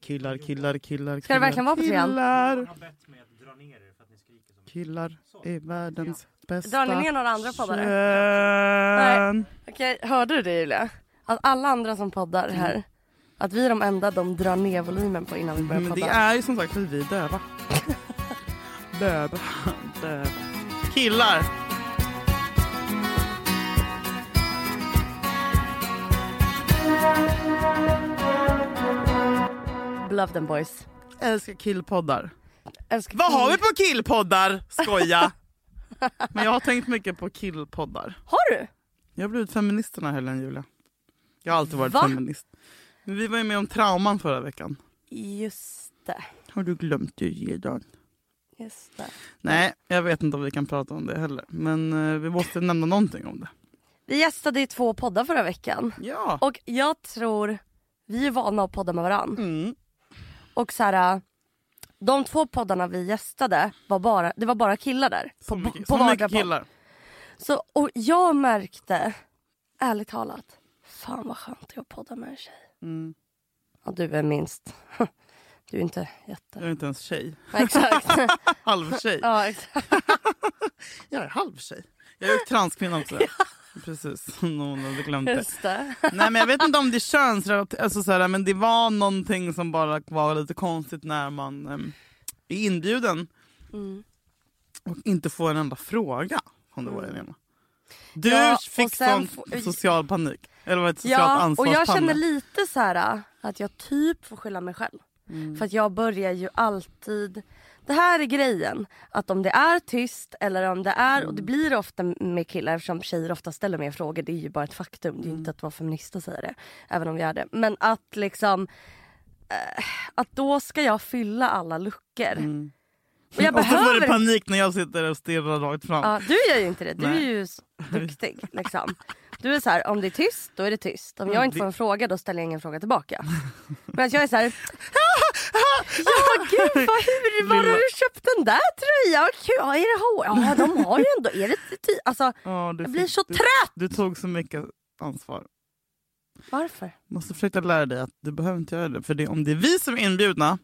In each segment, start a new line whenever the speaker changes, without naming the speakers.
Killar, killar, killar.
Ska det verkligen vara på trean?
Killar, killar är världens bästa
Drar ni ner några andra poddare?
kön.
Okej, hörde du det Julia? Att alla andra som poddar
Mm.
här, att vi är de enda de drar ner volymen på innan vi börjar
Men Mm, det
podda.
är ju som sagt för vi är döva. döva. döva. Killar.
Love them boys.
Älskar killpoddar.
Älskar
Vad har vi på killpoddar? Skoja. Men jag har tänkt mycket på killpoddar.
Har du?
Jag har blivit feminist den här helgen Julia. Jag har alltid varit
Va?
feminist. Men vi var ju med om trauman förra veckan.
Just det.
Har du glömt det Jidan?
Just det.
Nej, jag vet inte om vi kan prata om det heller. Men eh, vi måste nämna någonting om det.
Vi gästade ju två poddar förra veckan.
Ja.
Och jag tror, vi är vana att podda med varann.
Mm.
Och så här, de två poddarna vi gästade, var bara, det var bara killar där.
Så
på
mycket,
på
så
vardera
mycket
podd.
killar.
Så, och jag märkte, ärligt talat, fan vad skönt det är att podda med en tjej.
Mm.
Ja, du är minst. Du är inte jätte...
Jag är inte ens tjej.
Nej, Exakt.
Halvtjej.
Ja, exakt.
Jag är halvtjej. Jag är ju transkvinna också. Precis, som någon hade glömt det.
Just det.
Nej men jag vet inte om det är könsrelaterat, alltså, så här, men det var någonting som bara var lite konstigt när man em, är inbjuden
Mm.
och inte får en enda fråga. Om det var det jag menade. Du
Ja, och
fick sån
sen får-
social panik, eller var det ett socialt
Ja, och
ansvarspanne?
jag känner lite så här äh, att jag typ får skylla mig själv. För att jag börjar ju alltid... Det här är grejen. Att om det är tyst eller om det är... Och det blir det ofta med killar eftersom tjejer ofta ställer mer frågor. Det är ju bara ett faktum. Det är ju inte att vara feminist och säga det. Även om vi är det. Men att liksom... eh, Att då ska jag fylla alla luckor. Och jag
och så får
behöver
du
inte
panik när jag sitter och stirrar rakt fram.
Ja, du gör ju inte det. Du
Nej.
är ju s- duktig. Liksom. Du är så här, om det är tyst, då är det tyst. Om jag inte får en fråga, då ställer jag ingen fråga tillbaka. Men jag är så här... Ja, gud, vad, hur, var har du köpt den där tröjan? Gud, ja, är det hår? Ja, de har ju ändå... Är det ty- alltså,
Ja, du
jag blir
fick-
så
du,
trött!
du tog så mycket ansvar.
Varför?
måste försöka lära dig att du behöver inte göra det. För det, om det är vi som är inbjudna,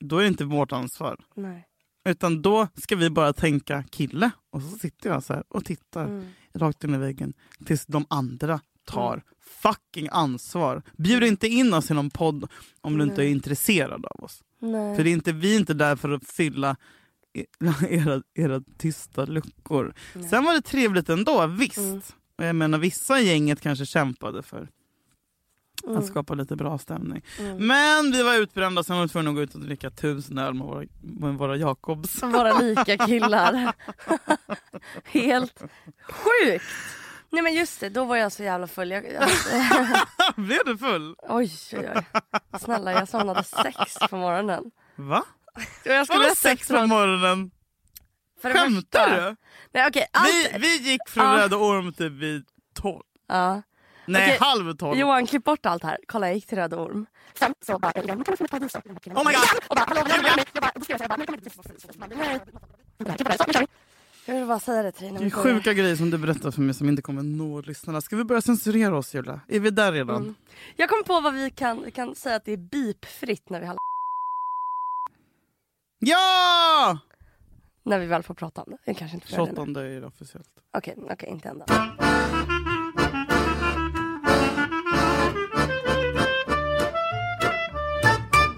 då är det inte vårt ansvar.
Nej.
Utan då ska vi bara tänka kille. Och så sitter jag så här och tittar
Mm.
rakt in i väggen tills de andra tar fucking ansvar. Bjud inte in oss i någon podd om du inte är
Nej.
intresserad av oss.
Nej.
För det är inte, vi är inte där för att fylla e- era, era tysta luckor.
Nej.
Sen var det trevligt ändå, visst.
Mm.
Och Jag menar vissa i gänget kanske kämpade för
Mm.
att skapa lite bra stämning.
Mm.
Men vi var utbrända så vi var tvungna att gå ut och dricka tusen öl med våra, med våra Jakobs.
Våra lika killar. Helt sjukt! Nej men just det, då var jag så jävla full. Jag, jag,
Blev du full?
Oj, oj, oj. Snälla, jag somnade sex på morgonen.
Va?
Och Jag
Var det
ha
sex
från-
på morgonen?
för det första-
Skämtar du?
Nej, okej. allt...
Vi, vi gick från
Ja.
Röda Orm typ vid tolv.
Ja.
Nej,
Okej.
halv tolv.
Johan, klipp bort allt här. Kolla, jag gick till Röda Orm. Sen så bara... Jag kan få ta en dusch.
Oh my god!
Och bara, hallå, jag vill Jag bara, då skrev jag så här, bara, men kan vi inte... Jag vill bara säga det till dig. när
Det
vi
är
börjar.
sjuka grejer som du berättar för mig som inte kommer nå lyssnarna. Ska vi börja censurera oss Julia? Är vi där redan?
Mm. Jag kom på vad vi kan... Vi kan säga att det är bipfritt när vi, hall-
Ja!
när vi väl får prata om det. Jag kanske inte får göra det nu.
28 är det officiellt.
Okej, okej, inte ändå.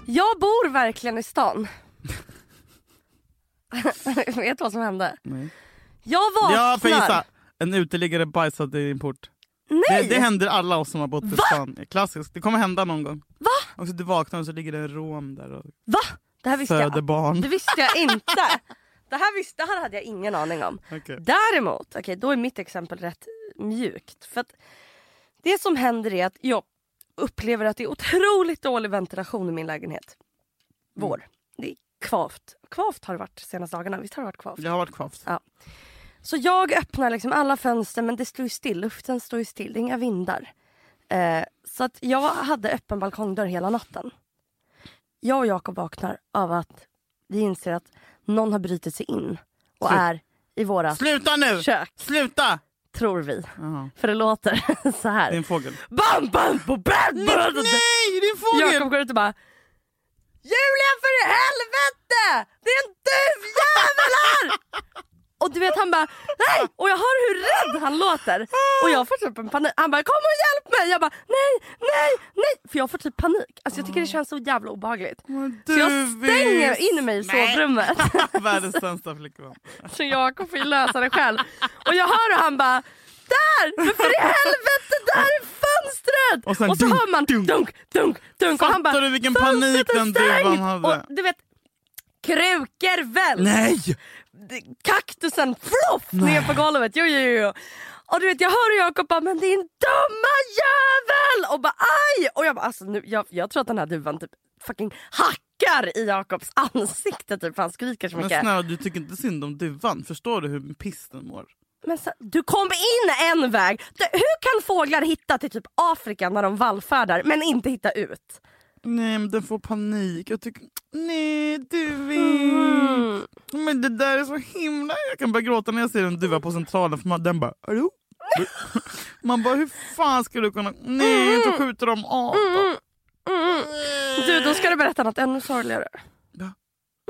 Jag bor verkligen i stan. Vet du vad som hände?
Nej.
Jag
Ja, för
vaknar.
gissa. En uteliggare bajsade i din port.
Nej!
Det, det händer alla oss som har bott i
Va?
stan. Klassiskt. Det kommer hända någon gång. Va? Och så du vaknar och så ligger det en rom där och
Va? Det här visste
föder
jag,
barn.
det visste jag inte. Det här, visste, det här hade jag ingen aning om.
Okej.
Däremot, okej då är mitt exempel rätt mjukt. För att det som händer är att jag upplever att det är otroligt dålig ventilation i min lägenhet. Vår. Det är kvavt. Kvavt har det varit de senaste dagarna. Visst har det varit kvavt?
Det har varit kvavt.
Så jag öppnar liksom alla fönster men det står ju still. Luften står ju still. Det är inga vindar. Eh, så att jag hade öppen balkongdörr hela natten. Jag och Jakob vaknar av att vi inser att någon har brutit sig in och
Slut.
är i våra
Sluta nu!
kök
Sluta!
tror vi.
Jaha.
För det låter
Det
så
är
här.
en fågel.
Bam, bam, bo, bam, bam.
Nej, det är en fågel!
Jakob går ut och bara Julia för helvete! Det är en duvjävel här! Och du vet han bara nej! Och jag hör hur rädd han låter. Och jag får typ en panik. Han bara kom och hjälp mig! Jag bara nej, nej, nej. För jag får typ panik. Alltså jag tycker det känns så jävla obehagligt.
Men
Så jag
du
stänger
visst.
in mig i sovrummet.
Världens sämsta flickvän.
Så Jakob får ju lösa det själv. Och jag hör hur han bara där! Men för i helvete där är fönstret!
Och sen
så
dunk,
hör man
dunk.
dunk, dunk, dunk. och han bara
Fattar du vilken
fönstret
panik
är
den duvan
stängt!
hade?
Och du vet krukor väl.
Nej!
kaktusen floff ner på golvet. Jo, jo, jo. Och du vet jag hör Jakob bara men din dumma jävel! Och bara aj! Och jag bara alltså nu, jag, jag tror att den här duvan typ fucking hackar i Jakobs ansikte typ för han skriker så
Men
mycket.
snälla du tycker inte synd om duvan. Förstår du hur piss den mår?
Men så, du kom in en väg. Du, hur kan fåglar hitta till typ Afrika när de vallfärdar men inte hitta ut?
Nej men den får panik. Jag tycker, nej du vet.
Mm.
Men det där är så himla... Jag kan börja gråta när jag ser en duva på centralen för man, den bara hallå? Man bara hur fan ska du kunna... Nej så skjuter de av dem.
Mm. Du, då ska du berätta något ännu sorgligare.
Va?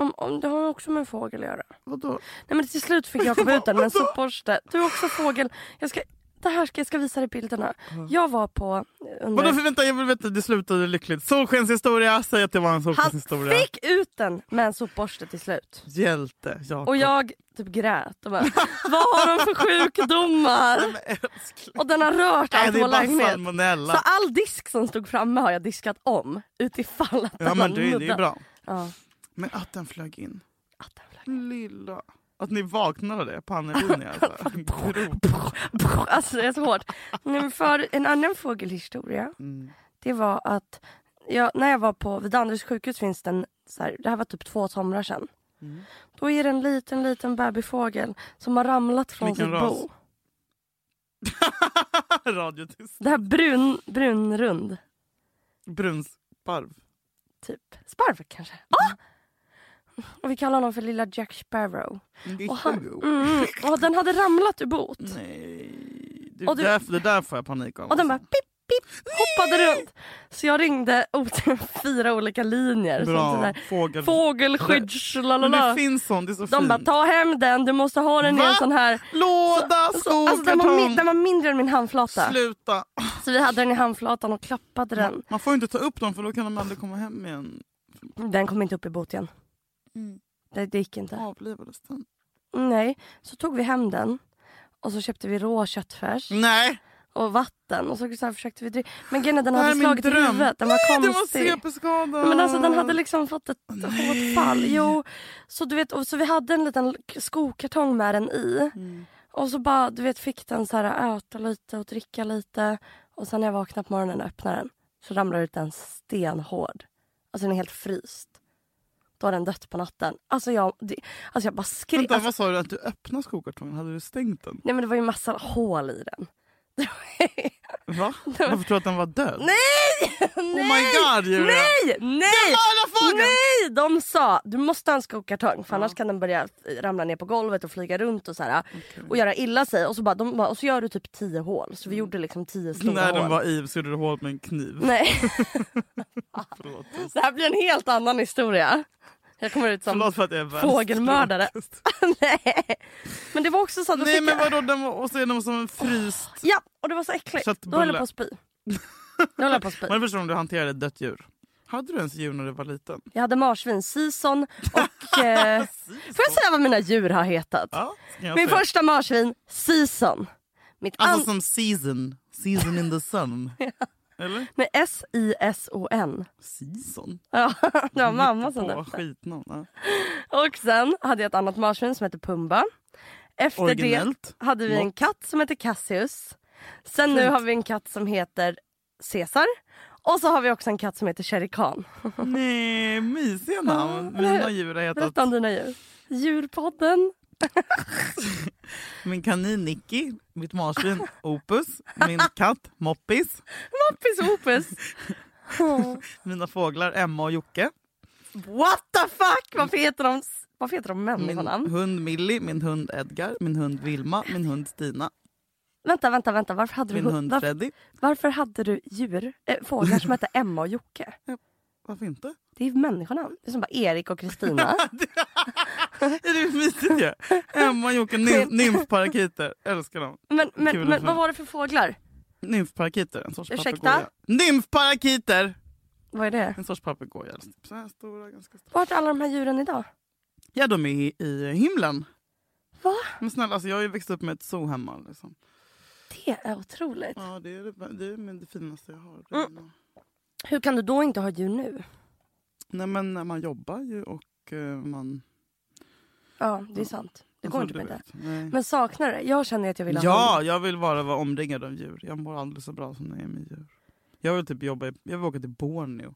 Om, om, det har ju också med en fågel att göra.
Vadå?
Nej men till slut fick Jakob ut den med en sopborste. Du är också fågel. Jag ska, det här ska, jag ska visa dig bilderna. Jag var på... eh, Under,
Vadå för vänta jag vill veta, det slutade lyckligt. Solskenshistoria, säg att det var en
han
solskenshistoria.
fick ut den med en sopborste till slut.
Hjälte Jakob.
Och jag typ grät och bara, vad har de för sjukdomar?
Men älskling.
Och den har rört
Nej,
allt
det
i
är
vår
bara
lägenhet. Så
salmonella.
all disk som stod framme har jag diskat om utifall att den
Ja men
har
det, det är
nuddat.
bra.
Ja.
Men att den flög in.
Att den flög.
Lilla. Att ni vaknade av det, panelin i alltså. Grov.
Alltså det är så hårt. Nej, men För en annan fågelhistoria.
Mm.
det var att jag, när jag var på vid Danderyds sjukhus finns det en, så här, det här var typ två somrar sedan.
Mm.
Då är det en liten, liten bebisfågel som har ramlat från
Vilken
sitt
ras?
bo.
Radiotyst.
Det här brun, brunrund,
Brunsparv.
typ. Sparv kanske? Ah! Och vi kallar honom för lilla Jack Sparrow.
Det är
Och, han,
sjukt.
mm, och den hade ramlat ur boet.
Mm. Nej. Det är
Och du-
därför, det är därför jag panik av.
Och den bara
alltså.
pip, pip, hoppade runt. Så jag ringde ot- fyra olika linjer. Som
Bra.
sådär,
Fågel.
fågelskydds...
Men
lalala.
det finns sånt, det är så
De bara
fint.
ta hem den, du måste ha den i
Va?
en sån här
Låda,
Så,
skog,
alltså, den, var min,
kartong.
den var mindre än min handflata.
Sluta.
Så vi hade den i handflatan och klappade den.
Man får ju inte ta upp dem för då kan de aldrig komma hem igen.
Den kom inte upp i bot igen.
Mm.
Det, det gick inte.
Avlivades den?
Nej, så tog vi hem den. Och så köpte vi rå köttfärs
Nej!
och vatten och så, så här försökte vi dricka. Men grejen är, den
Det här
hade
är min
slagit i
dröm.
huvudet. Den var
Den var
konstig.
CP-skadad.
Men alltså den hade liksom fått ett hårt fall. Jo, så du vet, och så vi hade en liten skokartong med den i.
Mm.
Och så bara, du vet, fick den så här äta lite och dricka lite. Och sen när jag vaknade på morgonen och öppnade den så ramlade ut en stenhård. Alltså den är helt fryst. Då har den dött på natten. Alltså jag, det, alltså jag bara skrek.
Vänta,
Alltså,
vad sa du? Att du öppnade skokartongen? Hade du stängt den?
nej men det var ju massa hål i den.
Va? Varför tror du att den var död?
Nej! nej!
Oh my god Julia!
Nej! Nej!
Alla fågeln!
Nej! De sa du måste ha en skokartong för
Ja.
annars kan den börja ramla ner på golvet och flyga runt och så här,
Okej.
och göra illa sig. Och så, bara, de bara, och så gör du typ tio hål. Så vi gjorde liksom tio stora
När
hål.
den Mm. var i så gjorde du hål med en kniv.
Nej.
Förlåt.
Det här blir en helt annan historia. Jag kommer ut som...
Förlåt för att jag är världens
Fågelmördare.
tråkigaste.
Nej. Men det var också så att då
Nej
fick
men
jag...
vadå, den var, och så är den som en fryst...
Ja, och det var så äckligt. Då höll
Köttbulle.
jag på att spy. Då höll jag på att spy.
Man förstår om du hanterade ett dött djur. Hade du ens djur när du var liten?
Jag hade marsvin, sison och... Eh... Får jag säga vad mina djur har hetat?
Ja, ska jag
Min
säga.
första marsvin, sison. Mitt an...
Alltså som season. Season in the sun. Eller?
Med S-I-S-O-N.
Season?
Ja, det var mamma som
På
döpte.
skitnamn. ja.
Och sen hade jag ett annat marsvin som hette Pumba. Efter det
Originellt.
hade vi en
Något.
katt som heter Cassius. Sen nu
Fint.
har vi en katt som heter Cesar. Och så har vi också en katt som heter Sherry Khan.
Nej, mysiga namn.
eller hur?
Mina djur har hetat
Berätta om dina djur. Djurpodden.
min kanin Nicky, mitt marsvin Opus, min katt Moppis,
Poppis och Opus. Åh.
mina fåglar Emma och Jocke,
What the fuck! Varför heter de, varför heter de
min
människorna?
hund Millie, min hund Edgar, min hund Vilma, min hund Stina,
Vänta, vänta, vänta. Varför hade, du,
min hund
varför,
Freddy.
Eh, varför hade du djur, äh, fåglar som hette Emma och Jocke?
Varför inte?
Det är människorna. Det är som bara Erik och Kristina.
Det är ju mysigt ju. Emma, Jocke, nymf- nymfparakiter. Älskar dem.
Men,
Kul
men,
att
men
se.
vad var det för fåglar?
Nymfparakiter. En sorts
Ursäkta?
papegoja. Nymfparakiter!
Vad är det?
En sorts papegoja. Typ Så här stora, ganska stora.
Vart är alla de här djuren idag?
Ja, de är i, i himlen.
Va?
Men snälla, alltså, jag har ju växt upp med ett zoo hemma. Liksom.
Det är otroligt.
Ja, det är det, det, är men det finaste jag
Mm.
har. Det är nog-
Hur kan du då inte ha djur nu?
Nej, men när man jobbar ju och eh, man...
Ja, det är sant. Det går
alltså,
inte med
du
det.
vet. Nej.
Mm. Men saknar det? Jag känner att jag vill ha
Ja, jag vill bara vara omringad av djur. Jag mår aldrig så bra som när jag är med djur. Jag vill typ jobba i, jag vill åka till Borneo.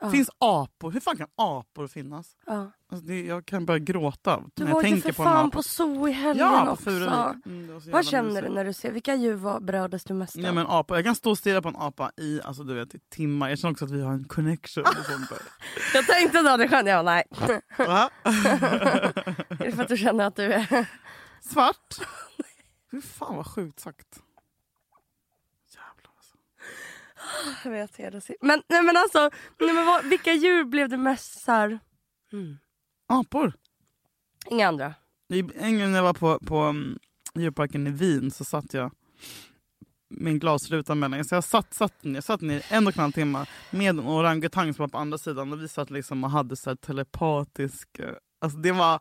Ja.
Finns apor? Hur fan kan apor finnas?
Ja.
Alltså det, jag kan börja gråta
Du
när jag
var ju
tänker på
för
en
fan
apa.
på zoo i helgen
ja, på
också.
Furuvik. Mm, det var så jävla
Vad känner du
mysigt.
när du ser, vilka djur var, berördes du mest av?
Nej, men apa. Jag kan stå och stirra på en apa i, alltså, du vet, i timmar. Jag känner också att vi har en connection. Och sånt där.
Jag tänkte dra det skönt, jag bara, nej.
Va?
Är det för att du känner att du är...
Svart? Hur fan vad sjukt sagt. Jävlar alltså.
Jag vet, jag är rasist. men, nej men alltså, nej men vad, vilka djur blev du mest så här... Mm.
Apor.
Inga andra?
I- En gång när jag var på, på mm, djurparken i Wien så satt jag med en glasruta mellan. Så jag satt, satt, ner, satt ner en och en halv timme med en orangutang som var på andra sidan och vi satt liksom och hade så här telepatisk... eh, Alltså det var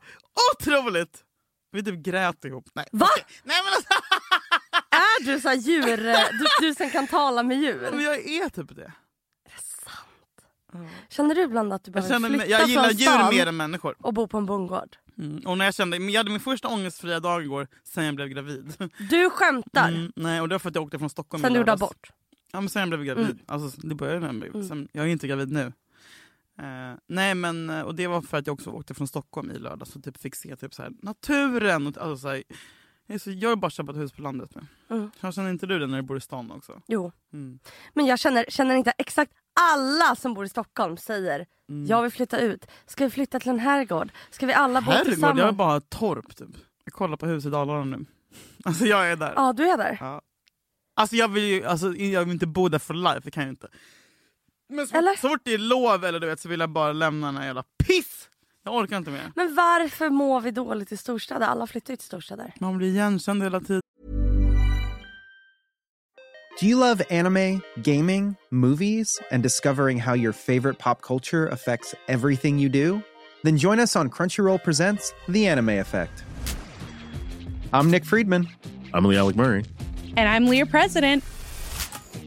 otroligt! Vi typ grät ihop. Nej,
Va?
Nej men alltså
Är du så här djur, du, du som kan tala med
men
djur?
jag är typ det.
Känner du ibland att du
Jag,
behöver
känner, mig-
flytta
jag gillar
från stan
djur mer än människor.
och bo på en bondgård?
Mm. Och när jag, kände, men jag hade min första ångestfria dag igår sen jag blev gravid.
Du skämtar?
Mm, nej, och det var för att jag åkte från Stockholm
sen
i
du Mm. gjorde
lördags.
abort?
Ja, men sen jag blev gravid. Alltså, det började när jag blev
Mm.
sen, Jag är inte gravid nu. Eh, nej, men, eh, och det var för att jag också åkte från Stockholm i lördags och typ fick se typ, så här, naturen. Och, alltså, så här, jag, är så, jag har bara köpt ett hus på landet nu.
Mm.
Så Känner inte du det när du bor i stan också?
Jo.
Mm.
Men jag känner, känner inte exakt alla som bor i Stockholm säger
Mm.
jag vill flytta ut. Ska vi flytta till en herrgård? Ska vi alla bo
Herregud,
tillsammans?
jag vill bara ha ett torp typ. Jag kollar på hus i Dalarna nu. Alltså jag är där.
Ja, du är där.
Ja. Alltså jag vill ju alltså, jag vill inte bo där for life, det kan jag inte. Men så,
Eller?
så fort det är lov eller du vet så vill jag bara lämna den här jävla piss! Jag orkar inte mer.
Men varför mår vi dåligt i storstäder? Alla flyttar ju till storstäder.
Man blir igenkänd hela tiden.
Do you love anime, gaming, movies, and discovering how your favorite pop culture affects everything you do? Then join us on Crunchyroll Presents The Anime Effect. I'm Nick Friedman.
I'm Lee Alec Murray.
And I'm Leah President.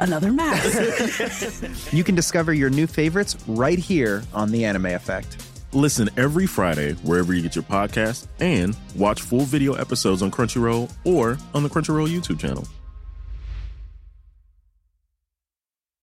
another mask.
you can discover your new favorites right here on The Anime Effect.
Listen every Friday wherever you get your podcast and watch full video episodes on Crunchyroll or on the Crunchyroll YouTube channel.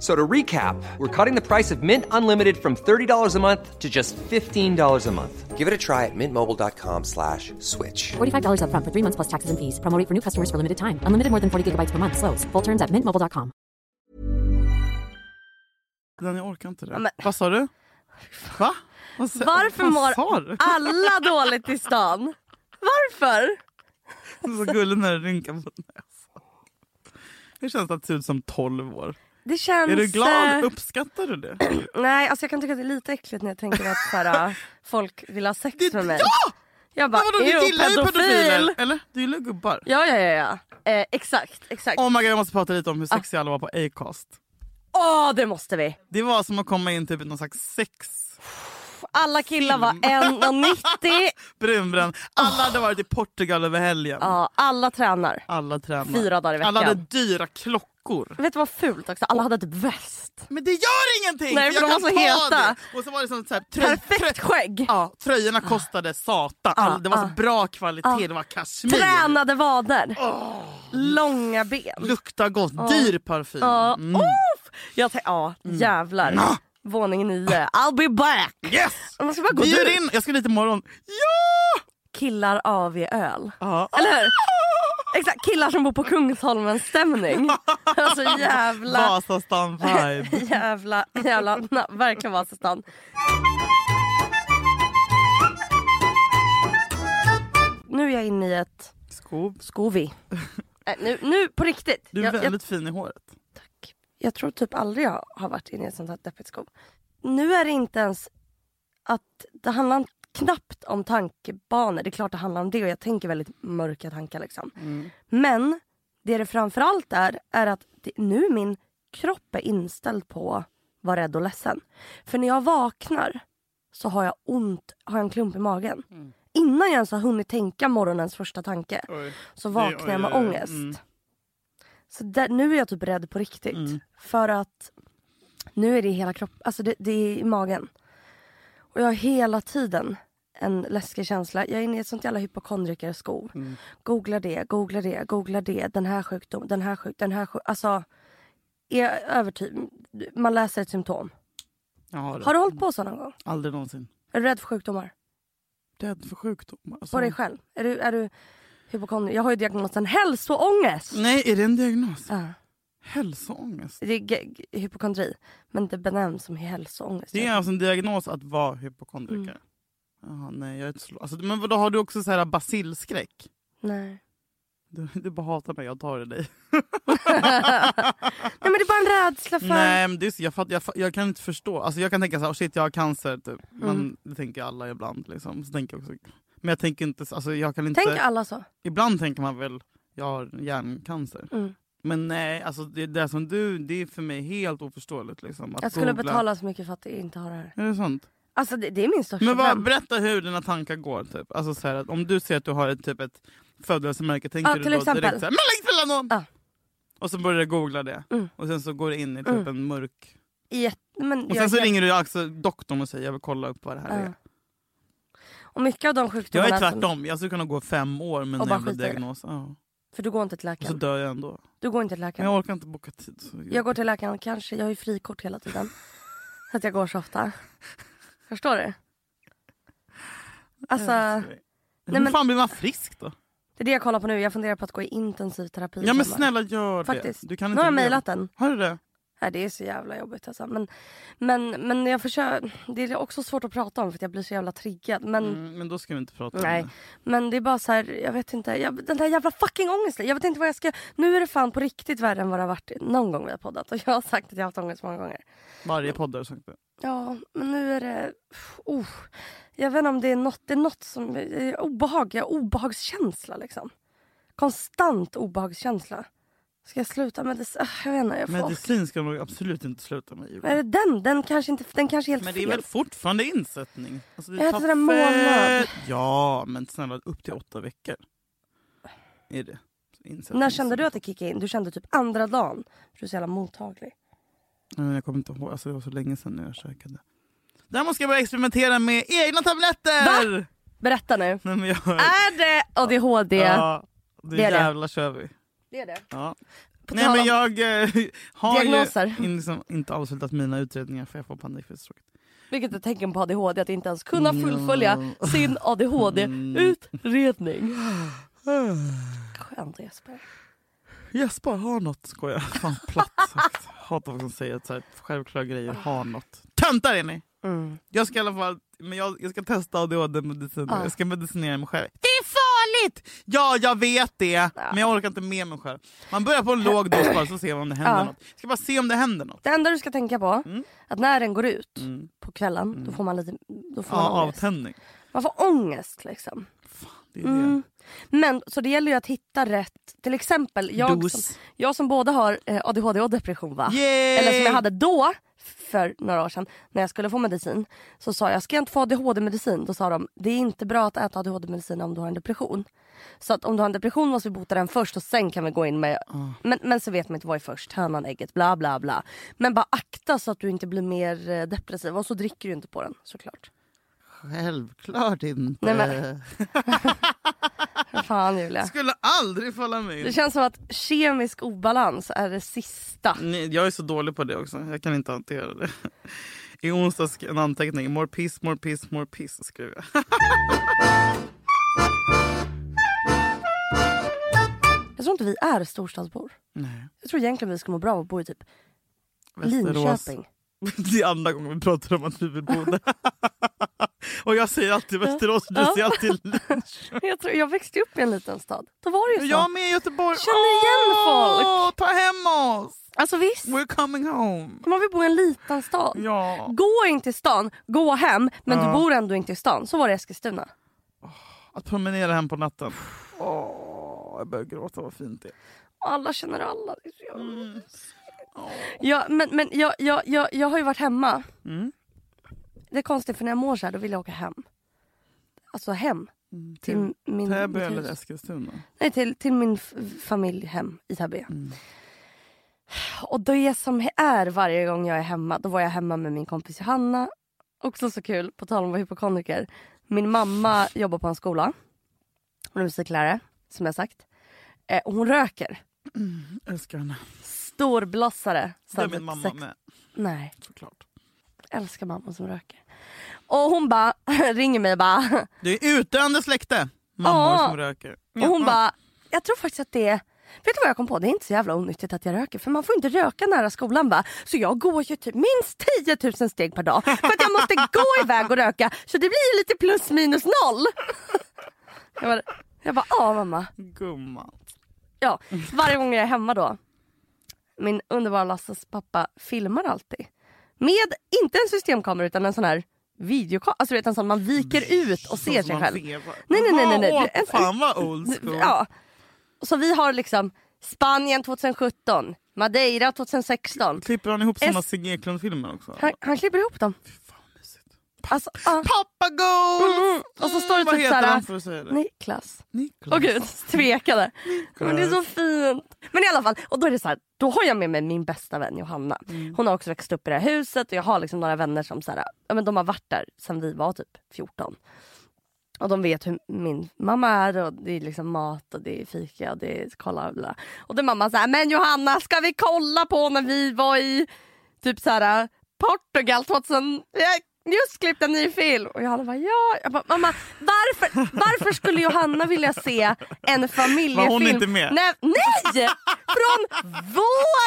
So to recap, we're cutting the price of Mint Unlimited from $30 a month to just $15 a month. Give it a try at mintmobile.com slash switch.
$45 upfront for three months plus taxes and fees. Promo rate for new customers for limited time. Unlimited more than 40 gigabytes per month. Slows. Full terms at mintmobile.com.
Den, jag orkar inte det.
Ja, men-
Vad sa du? Va? Vad sa,
Varför
vad
mår
sa du?
alla dåligt i stan? Varför?
Det
Alltså-
är så gulligt när du rynkar på näsan. Hur känns det att se ut som 12 år?
Det känns...
Är du glad?
eh,
Uppskattar du det?
Nej, alltså jag kan tycka att det är lite äckligt när jag tänker att såhär, folk vill ha sex
Det-
med mig.
Ja!
Jag bara,
Men vadå, du
"Ew,
gillar ju pedofiler! Eller? Du gillar gubbar.
Ja, ja, ja. ja. Eh, exakt, exakt.
Oh my god, jag måste prata lite om hur
Ah.
sexiga alla var på Acast.
Åh, det måste vi!
Det var som att komma in typ i någon slags sex...
Alla killar var 1,90.
Brunbränd. Alla hade varit i Portugal över helgen.
Ja, alla tränar.
Alla tränar.
Fyra dagar i veckan.
Alla hade dyra klockor.
Vet du vad fult också? Alla hade typ väst.
Men det gör ingenting!
Nej, för
jag
de
kan
var så
ta
heta.
Det. Och så var det som så här, trö-
Perfekt Ah.
trö-
skägg.
Ja, tröjorna kostade satan. All- det var
ah.
så bra kvalitet, det var kashmir.
Tränade vader. Långa ben.
Lukta gott,
Ah.
dyr parfym.
Ja, uff. Jag tänkte, ja
Mm.
jävlar. Våning nio. I'll be back.
Yes!
Man ska bara gå
Bjud
dit.
in, jag ska dit imorgon. Ja! Ah,
Killar av i öl.
ja.
Eller hur? Exakt, killar som bor på Kungsholmen stämning. Alltså jävla,
Vasastan vibe.
jävla, jävla, na, verkligen Vasastan. Nu är jag inne i ett
Skov.
skovi. Äh, nu, nu på riktigt.
Du är
jag, jag,
väldigt fin i håret.
jag tror typ aldrig jag har varit inne i ett sånt här deppigt skov. Nu är det inte ens att det handlar knappt om tankebanor. Det är klart det handlar om det och jag tänker väldigt mörka tankar liksom.
Mm.
Men det det framförallt är, är att det, nu är min kropp är inställd på att vara rädd och ledsen. För när jag vaknar så har jag ont, har jag en klump i magen.
Mm.
Innan jag ens har hunnit tänka morgonens första tanke så vaknar jag med
oj, oj, oj.
ångest.
Mm.
Så där, nu är jag typ rädd på riktigt. För att nu är det i hela kroppen, alltså det, det är i magen. Och jag har hela tiden en läskig känsla. Jag är inne i ett sånt jävla hypokondrikerskov.
Mm.
Googla det, googla det, googla det. Den här sjukdomen, den här sjukdomen, den här sjukdomen. Alltså, är övertyd. Man läser ett symptom.
Mm. Jag har det.
Har du hållit på så någon gång?
Aldrig någonsin.
Är du rädd för sjukdomar?
Rädd för sjukdomar. Alltså.
På dig själv? Är du, är du hypokondriker? Jag har ju diagnosen hälsoångest.
Nej, är det en diagnos?
Ja.
Hälsoångest.
Det är g- g- hypokondri, men det benämns som hälsoångest.
Det är alltså en diagnos att vara hypokondriker.
Mm.
Jaha, nej, jag är inte slå... alltså, men vadå, har du också så här basilskräck?
Nej.
Du, du bara hatar mig, jag tar det dig.
Nej men det är bara en rädsla för...
Nej, men det är, så- jag, fatt, jag, fatt, jag kan inte förstå. Alltså, jag kan tänka så här, "Oh, shit jag har cancer, typ. men
Mm.
det tänker alla ibland. Liksom. Så tänker jag också. Men jag tänker inte, så- alltså, jag kan inte...
Tänk alla så.
Ibland tänker man väl, jag har hjärncancer.
Mm.
Men nej, alltså, det, det som du, det är för mig helt oförståeligt. Liksom, att
Jag skulle
googla.
betala så mycket för att inte ha det här.
Är det sant?
Alltså det, det är min största
Men vad,
dröm.
berätta hur dina tankar går. Typ. Alltså, så här, att om du ser att du har ett, typ, ett födelsemärke, tänker
Ja,
du
till
då
exempel.
direkt såhär “melanxfilanom”?
Ja.
Och så börjar du googla det.
Mm.
Och sen så går det in i typ
Mm.
en mörk...
Jätte, men
Och
jag
sen så
är jätte-
ringer du alltså doktorn och säger “jag vill kolla upp vad det här
Ja.
är”.
Och mycket av de
Jag
sjukdomarna...
är
som-
tvärtom, jag skulle kunna gå fem år med
Och
en
bara
jävla
skita i det.
diagnos. Ja.
För du går inte till
Och så
läkaren.
dör jag ändå.
Du går inte till
Men
läkaren.
jag
Jag,
orkar inte boka tid. Så
går till läkaren kanske, jag har ju frikort hela tiden. så att jag går så ofta. Förstår du? Alltså,
Hur
men-
fan blir man frisk då?
det är det jag kollar på nu. Jag funderar på att gå i intensiv terapi. i
Ja men
sommar.
snälla gör
Faktiskt.
det. Du kan
Nu
inte
har jag
leva.
mejlat den.
Har du det?
Nej, det är så jävla jobbigt alltså. Men, men, men jag försöker, det är också svårt att prata om för att jag blir så jävla triggad. Men,
Mm, men då ska vi inte prata
Nej.
om det.
men det är bara så här, jag vet inte. Jag, den där jävla fucking ångesten. Jag vet inte vad jag ska... Nu är det fan på riktigt värre än vad det har varit någon gång vi har poddat. Och jag har sagt att jag har haft ångest många gånger.
Varje podd har sagt det.
Ja, men nu är det... Oh, jag vet inte om det är något, det är något som... eh, Obehag, jag har obehagskänsla liksom. Konstant obehagskänsla. Ska jag sluta med det? Ah, Jag vet inte, jag får...
Medicin ska nog absolut inte sluta med. Julia.
Är det den? Den kanske inte... Den kanske är helt
Men det
fel.
är väl fortfarande insättning? Alltså, det
Jag
tar
äter en månad.
fe- Ja, men snälla upp till åtta veckor. Är det. Insättning.
När kände du att det kickade in? Du kände typ andra dagen. För du är så jävla mottaglig.
Nej, men jag kommer inte ihåg, alltså, det var så länge sedan nu jag käkade. Däremot ska jag börja experimentera med egna tabletter! Va?
Berätta nu.
Nej, men jag...
Är det ADHD?
ja, det,
det är det.
jävla kör vi.
Det är det.
Ja.
På
Nej
tal
men
om-
jag eh, har
Diagnoser.
ju in, liksom, inte avslutat mina utredningar för jag får panik för det är så tråkigt.
Vilket är tecken på ADHD, att inte ens kunna
Mm.
fullfölja sin ADHD-utredning.
Mm.
Skönt Jesper.
Jesper, har något. Skojar. Fan platt sagt. Hatar folk som säger så här, självklara grejer. Har något. Töntar är ni!
Mm.
Jag ska i alla fall men jag, jag ska testa ADHD-medicin.
Ja.
Jag ska medicinera mig själv. Det är farligt! Ja, jag vet det. Men jag orkar inte med mig själv. Man börjar på en låg dos bara så ser man om det händer
Ja.
något. Jag ska bara se om det händer något.
Det enda du ska tänka på,
Mm.
att när den går ut
Mm.
på kvällen, då får man lite då får
Ja,
man ångest.
avtändning.
Man får ångest liksom.
Det är
Mm. Men så det gäller ju att hitta rätt, till exempel
det.
jag, som, jag som både har eh, ADHD och depression va?
Yay!
Eller som jag hade då, för några år sedan när jag skulle få medicin så sa jag, ska jag inte få ADHD-medicin? Då sa de, det är inte bra att äta ADHD-medicin om du har en depression. Så att om du har en depression måste vi bota den först och sen kan vi gå in med... Men, men så vet man inte vad är först, hönan, ägget, bla bla bla. Men bara akta så att du inte blir mer eh, depressiv och så dricker du inte på den såklart.
Självklart inte.
Nej, men- Fan Julia.
Skulle aldrig falla mig
Det
in.
känns som att kemisk obalans är det sista.
Nej, Jag är så dålig på det också. Jag kan inte hantera det. I onsdags sk- en anteckning. More piss, more piss, more piss skrev jag.
Jag tror inte vi är storstadsbor.
Nej.
Jag tror egentligen vi skulle må bra av att bo i typ
Västerås.
Linköping.
Det är andra gången vi pratar om att vi vill bo där. Och jag säger alltid Västerås och du
Ja.
säger alltid Linköping.
Jag, tror, jag växte upp i en liten stad. Då var det ju så.
Jag med Göteborg.
Känner igen folk.
Åh, Ta hem oss!
Alltså visst,
We're coming home.
man vill bo i en liten stad.
Mm. Ja.
Gå inte i stan, gå hem, men
Ja.
du bor ändå inte i stan. Så var det i Eskilstuna.
Att promenera hem på natten. Åh, jag börjar gråta, vad fint det är.
Alla känner alla. Det är så jävla-
Mm.
Ja, men, men jag, jag, jag, jag har ju varit hemma.
Mm.
Det är konstigt för när jag mår så här då vill jag åka hem. Alltså hem. Till min,
Mm. Täby
mitt
eller
hus.
Eskilstuna?
Nej, till, till min f- familj hem i Täby.
Mm.
Och det som är varje gång jag är hemma, då var jag hemma med min kompis Johanna. Också så kul, på tal om att vara hypokondriker. Min mamma jobbar på en skola. Hon är musiklärare, som jag sagt. Eh, och hon röker.
Älskar henne.
Storblossare.
Det är min mamma med,
Nej,
såklart.
älskar mamma som röker. Och hon bara ringer mig och bara
Det är utdöende släkte, mammor
Ja.
som röker.
Och hon bara, jag tror faktiskt att det är Vet du vad jag kom på? Det är inte så jävla onyttigt att jag röker för man får inte röka nära skolan va. Så jag går ju typ minst 10 000 steg per dag för att jag måste gå iväg och röka. Så det blir ju lite plus minus noll. Jag bara, jag bara ja mamma.
Gumman.
Ja, varje gång jag är hemma då. Min underbara Lasses pappa filmar alltid. Med, inte en systemkamera utan en sån här videokamera. Alltså du vet en sån man viker ut och ser sig själv. Nej, nej, nej, nej, nej.
Alltså, Åh,
En-
fan vad old school.
Ja. Så vi har liksom Spanien 2017, Madeira 2016.
Klipper han ihop såna
Es-
Sigge Eklund-filmer också?
Han, han klipper ihop dem. Alltså, ja.
Pappa Goals!
Mm, och så står det
Vad
typ
heter
såhär-
han för att säga det?
Niklas.
Niklas.
Åh gud, tvekade. Men det är så fint. Men i alla fall, och då är det så här, då har jag med mig min bästa vän Johanna. Hon har också växt upp i det här huset och jag har liksom några vänner som så här, ja, men de har varit där sedan vi var typ 14. Och de vet hur min mamma är och det är liksom mat och det är fika och det är kolla och bla. Och då är mamma så här, men Johanna ska vi kolla på när vi var i typ så här Portugal 2000. Jag har just klippt en ny film. Och Johanna bara ja. Jag bara, mamma varför, varför skulle Johanna vilja se en familjefilm?
Var hon inte med?
Nej, nej! Från vår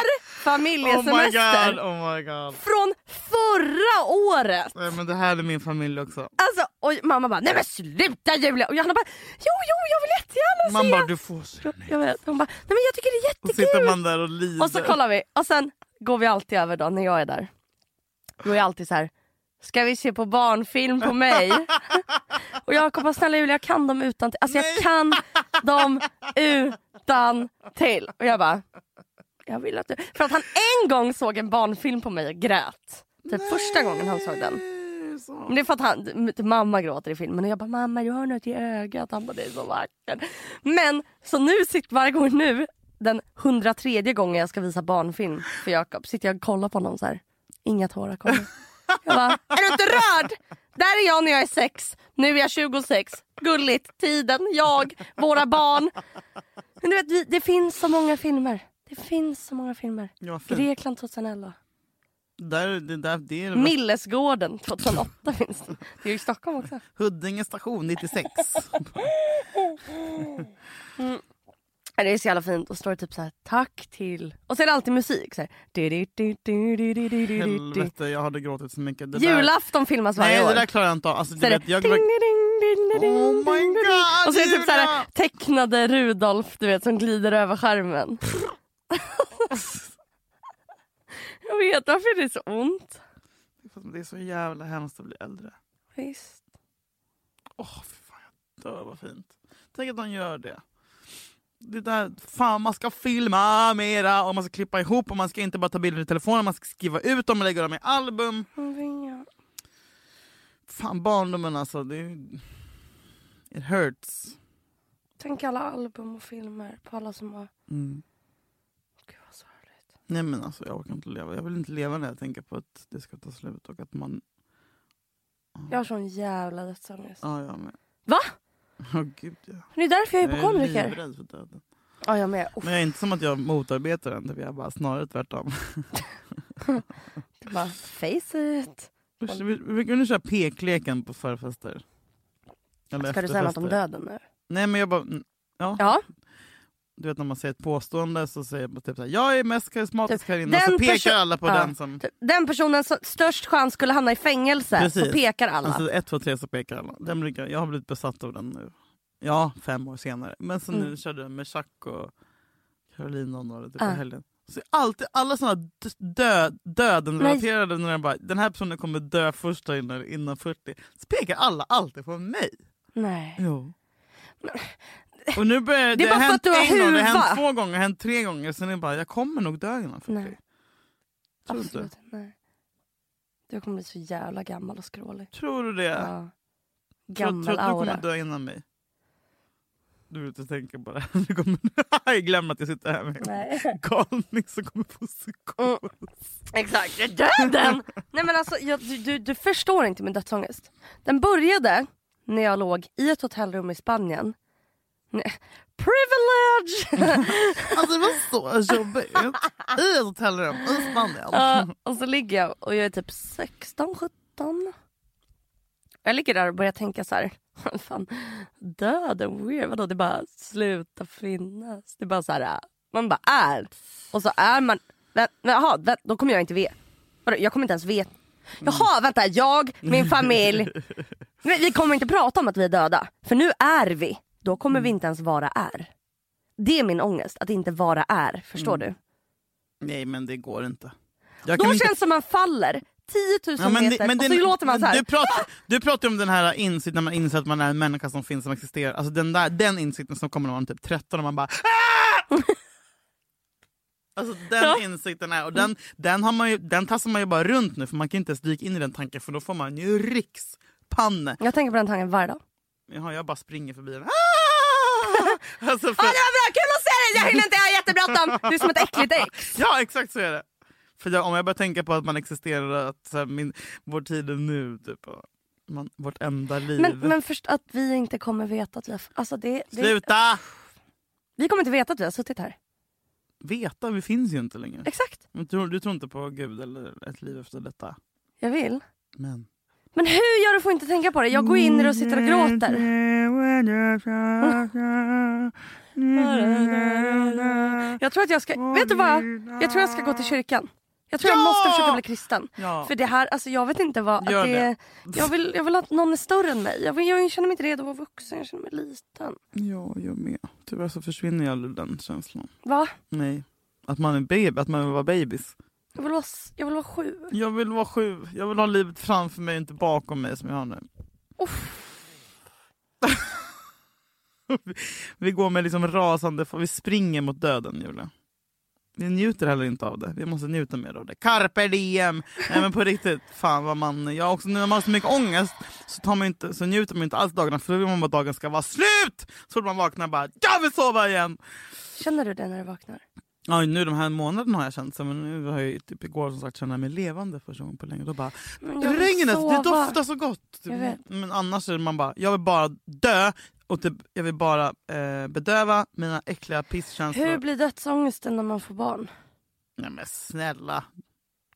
Oh my
familjesemester.
god, oh my god.
Från förra året.
Nej, men det här är min familj också.
Alltså, och mamma bara nej men sluta Julia. Och Johanna bara jo jo jag vill jättegärna
Man
se.
bara, du får se.
Jag- Jag vet. Hon bara nej men jag tycker det är
Och
jättekul.
sitter man där och lider.
Och så kollar vi. Och sen går vi alltid över då när jag är där. Då är jag alltid så här. Ska vi se på barnfilm på mig? och jag kommer snälla Julia jag kan dem utan till. Alltså jag kan dem utan till. Och jag bara. Jag vill att du... För att han en gång såg en barnfilm på mig och grät. Typ första gången han såg den.
Eh, så.
Men det är för att han, m- mamma gråter i filmen och jag bara mamma du har något i ögat. Han bara det är så vackert. Men så nu sitter varje gång nu, den 103 gången jag ska visa barnfilm för Jakob sitter jag och kollar på honom så här. Inga tårar kommer. Jag bara, är du inte rörd? Där är jag när jag är sex. Nu är jag 26. Gulligt. Tiden, jag, våra barn. Men du vet, vi- det finns så många filmer. Det finns så många filmer.
Ja, fint.
Grekland 2011.
Där, det, där, det är det
Millesgården 2008 finns det. Det är ju i Stockholm också.
Huddinge station 96.
Ja, Det är så jävla fint. Och står det typ så här, tack till... Och så är det alltid musik. Så här. Du, du, du, du, du, du, du, du, du, du.
Helvete, jag hade gråtit så mycket. Det där-
Julafton filmas varje
Nej,
år.
det där klarar jag inte av. Alltså,
så
du
är det
vet, jag...
ding, ding, ding, ding, ding,
Oh
ding,
my
ding, ding.
God,
Och så är det typ så
Julia!
här, tecknade Rudolf du vet, som glider över skärmen. jag vet, varför är det så ont?
Det är så jävla hemskt att bli äldre.
Visst.
Åh, fy fan, jag dör vad fint. Tänk att de gör det. det där, fan man ska filma mera och man ska klippa ihop och man ska inte bara ta bilder i telefonen, man ska skriva ut dem och lägga dem i album. Fan barndomen alltså, det är- it hurts.
Tänk alla album och filmer på alla som har...
Mm.
Gud vad sorgligt.
Nej men alltså jag orkar inte leva, jag vill inte leva när jag tänker på att det ska ta slut och att man...
Jag har sån jävla dödsångest.
Ja, jag med.
Va?
Åh gud ja.
Det är därför jag är
Jag är
hypokondriker.
livrädd för döden.
Ja, jag med. Uff,
Men jag är inte som att jag motarbetar den, typ. jag är bara snarare tvärtom.
bara, face it.
Usch, Vi vi kunde köra pekleken på förfester. Eller
Ska du säga något om
efterfester.
döden nu?
Nej men jag bara, ja.
Ja.
Du vet när man säger ett påstående så säger man typ såhär, jag är mest karismatisk
Typ,
här inne.
den
Så pekar
perso-
alla på
Ja.
den som...
Typ, Den personen som störst chans skulle hamna i fängelse,
Precis.
så pekar alla.
Alltså ett, två, tre så pekar alla. Den brukar, jag har blivit besatt av den nu. Ja, fem år senare. Men sen nu
Mm. Ah.
körde jag med Chuck och Caroline och några typ
Ja.
på helgen. Så alltid, alla sådana dö, döden-relaterade, när den bara den här personen kommer dö först här inne innan 40. Så pekar alla alltid på mig.
Nej.
Jo. Och nu börjar, det,
Det är bara
har
för
hänt
att du har
en gång, det har
huva.
hänt två gånger, det har hänt tre gånger. Sen är det bara, jag kommer nog dö innan 40.
Nej.
Tror du
Absolut nej. Du kommer bli så jävla gammal och skrålig.
Tror du det?
Ja.
Tror,
Gammal
tror att du
aura.
kommer dö innan mig? Du vill inte tänka på det. här. Du kommer, jag glömmer att jag sitter här med en
Nej. Mm.
galning som kommer få psykos.
Exakt, det är döden! Nej men alltså jag, du, du, du förstår inte min dödsångest. Den började när jag låg i ett hotellrum i Spanien. Nej, Privilege!
Alltså det var så jobbigt. I ett hotellrum i Spanien.
Ja, och så ligger jag och jag är typ 16, 17. Jag ligger där och börjar tänka så här. Fan, döden, weird. Vadå? Det bara sluta finnas. Det är bara så här. Man bara är. Och så är man. Vä- men Jaha, vä- då kommer jag inte veta. Vadå? Jag kommer inte ens veta. Jaha, vänta. Jag, min familj. Men vi kommer inte prata om att vi är döda. För nu är vi. Då kommer vi inte ens vara är. Det är min ångest, att inte vara är. Förstår du?
Nej men det går inte. Jag
Då
kan
känns
inte-
det som man faller 10 000
Ja, men det-
meter
men
och
det-
så låter man så här.
Du pratar, du pratar ju om den här insikten när man inser att man är en människa som finns som existerar. Alltså den, där, den insikten som kommer när man är typ 13 och man bara "Ah!" Alltså den
Ja.
insikten är, och den, den, har man ju, den tassar man ju bara runt nu för man kan inte ens dyka in i den tanken för då får man ju rikspanne.
Jag tänker på den tanken varje dag.
Jaha, jag bara springer förbi den. Ah! Alltså
Ja,
för,
det var bra, kul att se dig! Jag hinner inte, jag har jättebråttom! Du är som ett äckligt ex.
ja exakt så är det. För jag, om jag börjar tänka på att man existerar, och att så här, min, vår tid är nu, typ, och man, vårt enda liv.
Men, men först att vi inte kommer veta att vi har... Alltså det, det,
Sluta!
vi kommer inte veta att vi har suttit här.
veta, vi finns ju inte längre.
Exakt.
Men tror, du tror inte på Gud eller ett liv efter detta?
Jag vill.
Men.
Men hur gör du för att inte tänka på det? Jag går in i det och sitter och
Mm.
gråter. Jag tror att jag ska... Vet du vad? Jag tror jag ska gå till kyrkan. Jag tror jag
Ja!
måste försöka bli kristen.
Ja.
För det här, alltså jag vet inte vad...
Gör
Att
det.
det, jag, vill, jag vill att någon är större än mig. Jag, vill, jag känner mig inte redo att vara vuxen, jag känner mig liten.
Ja, jag med. Tyvärr så försvinner jag aldrig den känslan.
Va?
Nej. Att man är baby, att man vill vara babys.
Jag vill vara, s- jag vill vara sju.
Jag vill vara sju. Jag vill ha livet framför mig, inte bakom mig som jag har nu. vi går med liksom rasande, vi springer mot döden Julia. Vi njuter heller inte av det. Vi måste njuta mer av det. Carpe diem! Nej men på riktigt, fan vad man... Jag har också, nu när man har så mycket ångest så, tar man inte, så njuter man inte alls dagarna för då vill man bara att dagen ska vara slut! Så fort man vaknar bara jag vill sova igen!
Känner du det när du vaknar?
Ja, nu de här månaderna har jag känt så, men nu har jag ju typ igår som sagt känner mig levande första gången på länge. Då bara,
Men Mm, jag vill
regnet, det
sova.
doftar så gott! Typ.
Jag vet.
Men annars är man bara, jag vill bara dö och typ, jag vill bara eh, bedöva mina äckliga pisskänslor.
Hur blir dödsångesten när man får barn?
Nej men snälla,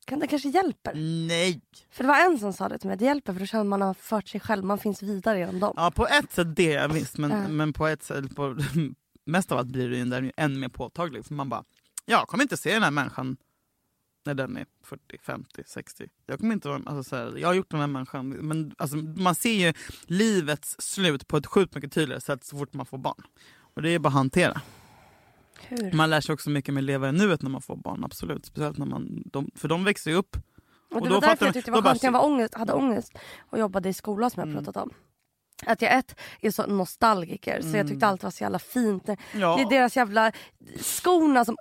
Kan det kanske hjälper?
Mm. nej!
För det var en som sa det till mig, det hjälper för då känner man att man har fört sig själv, man finns vidare genom dem.
Ja på ett sätt det, ja, visst. Men,
Ja.
men på ett sätt, på, mest av allt blir det ju där än mer påtagligt. För man bara, jag kommer inte se den här människan när den är 40, 50, 60. Jag kommer inte vara, alltså, så här, jag har gjort den här människan. Men alltså, man ser ju livets slut på ett sjukt mycket tydligare sätt så fort man får barn. Och det är bara att hantera.
Hur?
Man lär sig också mycket mer leva i nuet när man får barn, absolut. Speciellt när man, de, för de växer ju upp.
och det
då
var
fattar
därför
man-
jag tyckte det
då
var
bara Mm.
skönt, när jag
shit.
var ångest, hade ångest och jobbade i skolan som jag pratat om. Att jag ett är så nostalgiker så jag tyckte allt var så jävla fint.
Mm. Ja.
Det är deras jävla skorna som...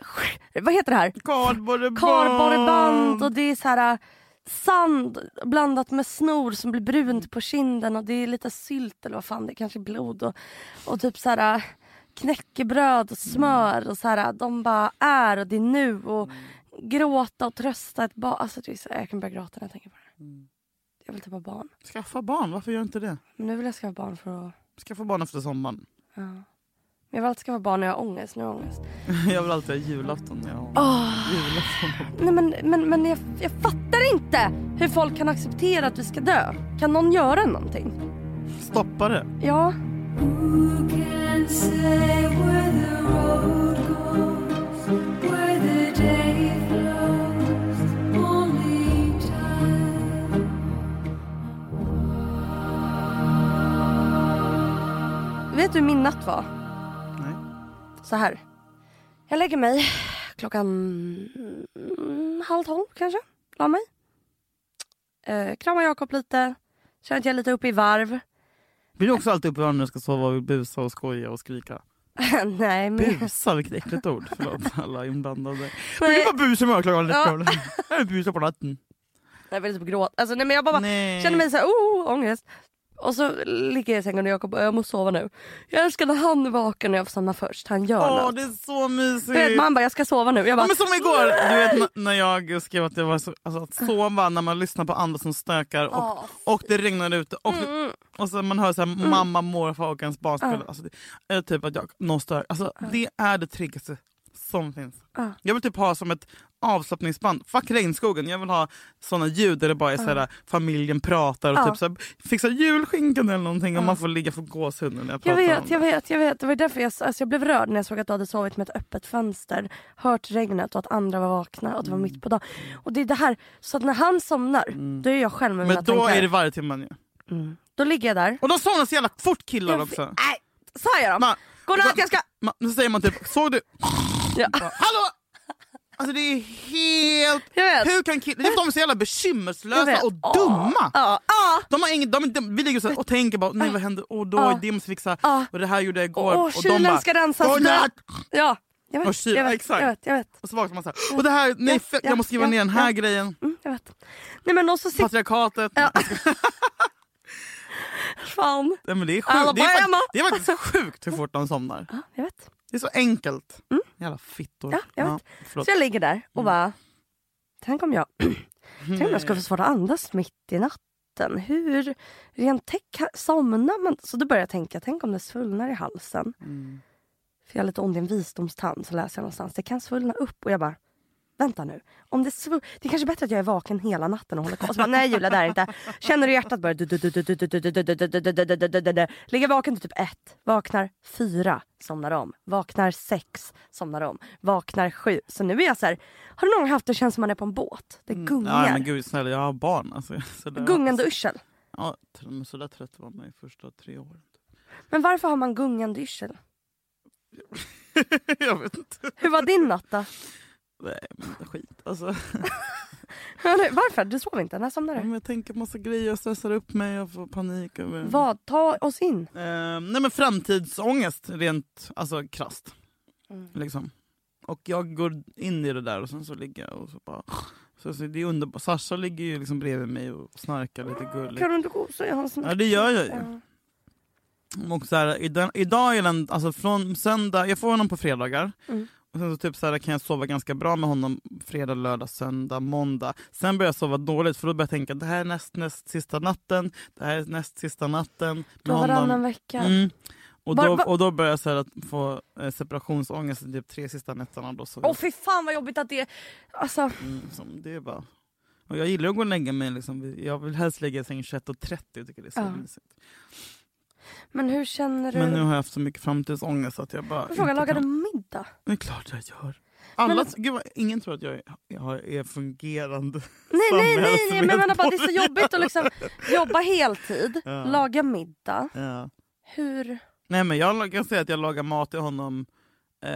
Vad heter det här?
Kardborreband!
Kardborreband och det är så här äh, sand blandat med snor som blir brunt på kinden och det är lite sylt eller vad fan det är, kanske blod och, och typ så här äh, knäckebröd och smör och så här äh, de bara är och det är nu och gråta och trösta ett barn. Alltså det är så, jag kan börja gråta när jag tänker på det. Jag vill typ ha barn.
Skaffa barn, varför gör du inte det?
Men nu vill jag skaffa barn för att...
Skaffa barn efter sommaren.
Jag vill alltid skaffa barn när jag har ångest. Nu har jag ångest.
Jag vill alltid ha julafton när jag har julafton.
Nej men, men, men jag, jag fattar inte hur folk kan acceptera att vi ska dö. Kan någon göra någonting?
Stoppa det.
Ja. Vet du hur min natt var?
Nej.
Så här. Jag lägger mig klockan mm, halv tolv kanske. La mig. Eh, kramar Jakob lite. Känner att jag är lite uppe i varv.
Blir du också alltid uppe i varv när du ska sova och vill busa och skoja och skrika?
Nej men...
Busa, vilket äckligt ord. Förlåt alla inblandade. Men du bara busar med klockan
Ja.
ja. Jag busar på natten.
Jag vill typ gråta. Alltså, nej, men jag bara,
Nej.
känner mig så här, oh, ångest. Och så ligger jag i sängen och Jakob bara, jag måste sova nu. Jag älskar när han är vaken och jag får somna först. Han gör
Åh,
något.
det är så
Du vet,
mysigt.
man bara, jag ska sova nu. Jag bara,
Ja, men som igår, du vet n- när jag skrev att jag var så, alltså, att sova när man lyssnar på andra som stökar och,
Ja, Mm,
och det regnar ute och, och så man hör så här, mamma, morfar och ens barn spela. Alltså, det, eller typ att jag, någon stör. Alltså, Det är det tryggaste som finns. Jag vill typ ha som ett avslappningsband. Fuck regnskogen. Jag vill ha såna ljud där det bara är så här, familjen pratar och
Ja.
typ så här, fixar julskinkan eller någonting och man får ligga för gåshud när jag pratar
jag
om
vet,
det.
jag vet, jag vet. Det var därför jag, alltså, jag blev rörd när jag såg att du hade sovit med ett öppet fönster. Hört regnet och att andra var vakna och att det var
Mm.
mitt på dagen. Och det är det här, så att när han somnar, då är jag själv med mina
Men då
tankar.
är det varje timme nu.
Då ligger jag där.
Och de somnar så jävla fort killar
Jag-
också.
Nej, sa jag då?
Man,
Godnatt jag ska...
man, så säger man typ, såg du?
Ja.
Bara, Hallå! Alltså det är helt...
Jag vet.
Hur kan killar... Det är för att De är så jävla
Jag
bekymmerslösa
vet.
och
Ja,
dumma.
Ja, ja.
De har ingen, de, de, vi ligger så här och tänker bara, nej vad hände? Och då,
Ja.
det måste fixa.
Ja.
Och det här gjorde jag igår.
Åh,
och
kylen ska rensas.
Godnatt!
Ja, jag vet.
Och kyl-
jag, vet
exakt.
jag vet, jag vet.
Och så vaknar man så här. Och det här, nej
Ja,
fe-
ja,
jag måste skriva
ja,
ner den här
ja.
grejen.
Mm, jag vet. Nej men och så sitter
Patriarkatet.
Ja. fan.
Nej, men det, är sjukt. Det, är
Alabama.
faktiskt, det är faktiskt sjukt hur fort de somnar.
Ja, jag vet.
Det är så enkelt. Jävla fittor.
Ja, jag vet.
förlåt.
Så jag ligger där och bara, tänk om jag, tänk om jag ska få svårt att andas mitt i natten. Hur, rent tech, somnar man? Så då börjar jag tänka, tänk om det svullnar i halsen.
Mm.
För jag har lite ont i en visdomstand så läser jag någonstans, det kan svullna upp och jag bara, Vänta nu. Om det, svull... det är kanske bättre att jag är vaken hela natten och håller koll. Så bara, Nej Julia, där är inte. Känner du hjärtat börjar... du- du- du- du- du- du- du- du- du- du- du- du- du- du- du- du- du. Ligger vaken till typ ett. Vaknar fyra. Somnar om. Vaknar sex. Somnar om. Vaknar sju. Så nu är jag så här... Har du någon gång haft det känns som man är på en båt? Det
Nej Mm. men
gungar.
gud snälla, jag har barn. Alltså, så där-
Gungande yrsel.
Ja, t- men så där trött var man ju första tre åren. typ.
Men varför har man gungande yrsel?
jag vet inte.
Hur var din natt då?
Nej, men skit alltså.
Varför? Du sov inte? När somnade
Om
du?
jag tänker på massa grejer, jag stressar upp mig, jag får panik. Över...
Vad? Ta oss in.
Eh, nej men framtidsångest rent alltså krasst. Liksom. Och jag går in i det där och sen så ligger jag och så bara... Så, så det är underbart. Sasha ligger ju liksom bredvid mig och snarkar lite gulligt.
Kan du inte gosa i hans natt?
Ja det gör jag ju. Och så här, idag, idag är den, alltså från söndag, jag får honom på fredagar.
Mm.
Och sen så typ så här, kan jag sova ganska bra med honom fredag, lördag, söndag, måndag. Sen börjar jag sova dåligt för då börjar jag tänka det här är näst, näst sista natten, det här är näst sista natten med
Du har varannan vecka.
Mm. Och,
Var-
då,
var-
och då börjar jag så här att få eh, separationsångest de typ tre sista nätterna. Då, så
Åh fy fan vad jobbigt att det... Alltså...
mm, som det är bara... och jag gillar att gå och lägga mig, liksom. jag vill helst lägga i säng 21.30, jag tycker det är så
Ja.
mysigt.
Men hur känner du?
Men nu har jag haft så mycket framtidsångest att jag bara...
Men Frågan,
inte
lagar
kan-
du middag?
Det är klart jag gör. Alla,
Men- alltså-
gud vad, ingen tror att jag är, jag har- är fungerande
Nej, nej, nej, nej men jag menar bara att det är så
samhällsmedborgare.
jobbigt att liksom jobba heltid, laga middag.
Ja.
Hur?
Nej men jag la- kan säga att jag lagar mat till honom eh,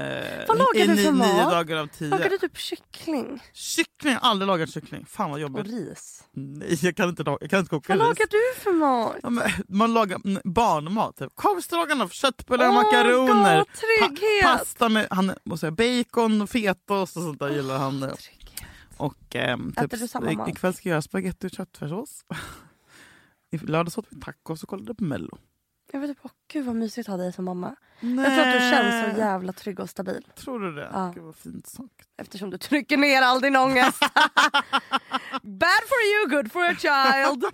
Vad lagar
i
du för
nio
mat?
dagar av tio.
Lagar du typ kyckling
Kyckling, jag har aldrig lagat kyckling. Fan vad
och
jobbigt.
ris?
Nej, jag kan inte, laga- jag kan inte koka
Vad
ris.
lagar du för mat?
Ja, men, man lagar mm, barnmat, typ. korvstroganoff, köttbullar och
Åh,
makaroner.
gott, trygghet.
pasta med han, måste jag, säga, bacon och fetaost och sånt där gillar han. eh,
Trygghet.
Och, ehm,
Äter du samma
i-
mat?
Ikväll ska jag göra spagetti och köttfärssås. I lördags åt vi tacos och kollade på mello.
Jag vet typ, åh gud vad mysigt att ha dig som mamma.
Nej.
Jag tror att du känns så jävla trygg och stabil.
Tror du det?
Ja.
Gud vad fint sagt.
Eftersom du trycker ner all din ångest. Bad for you, good for a child.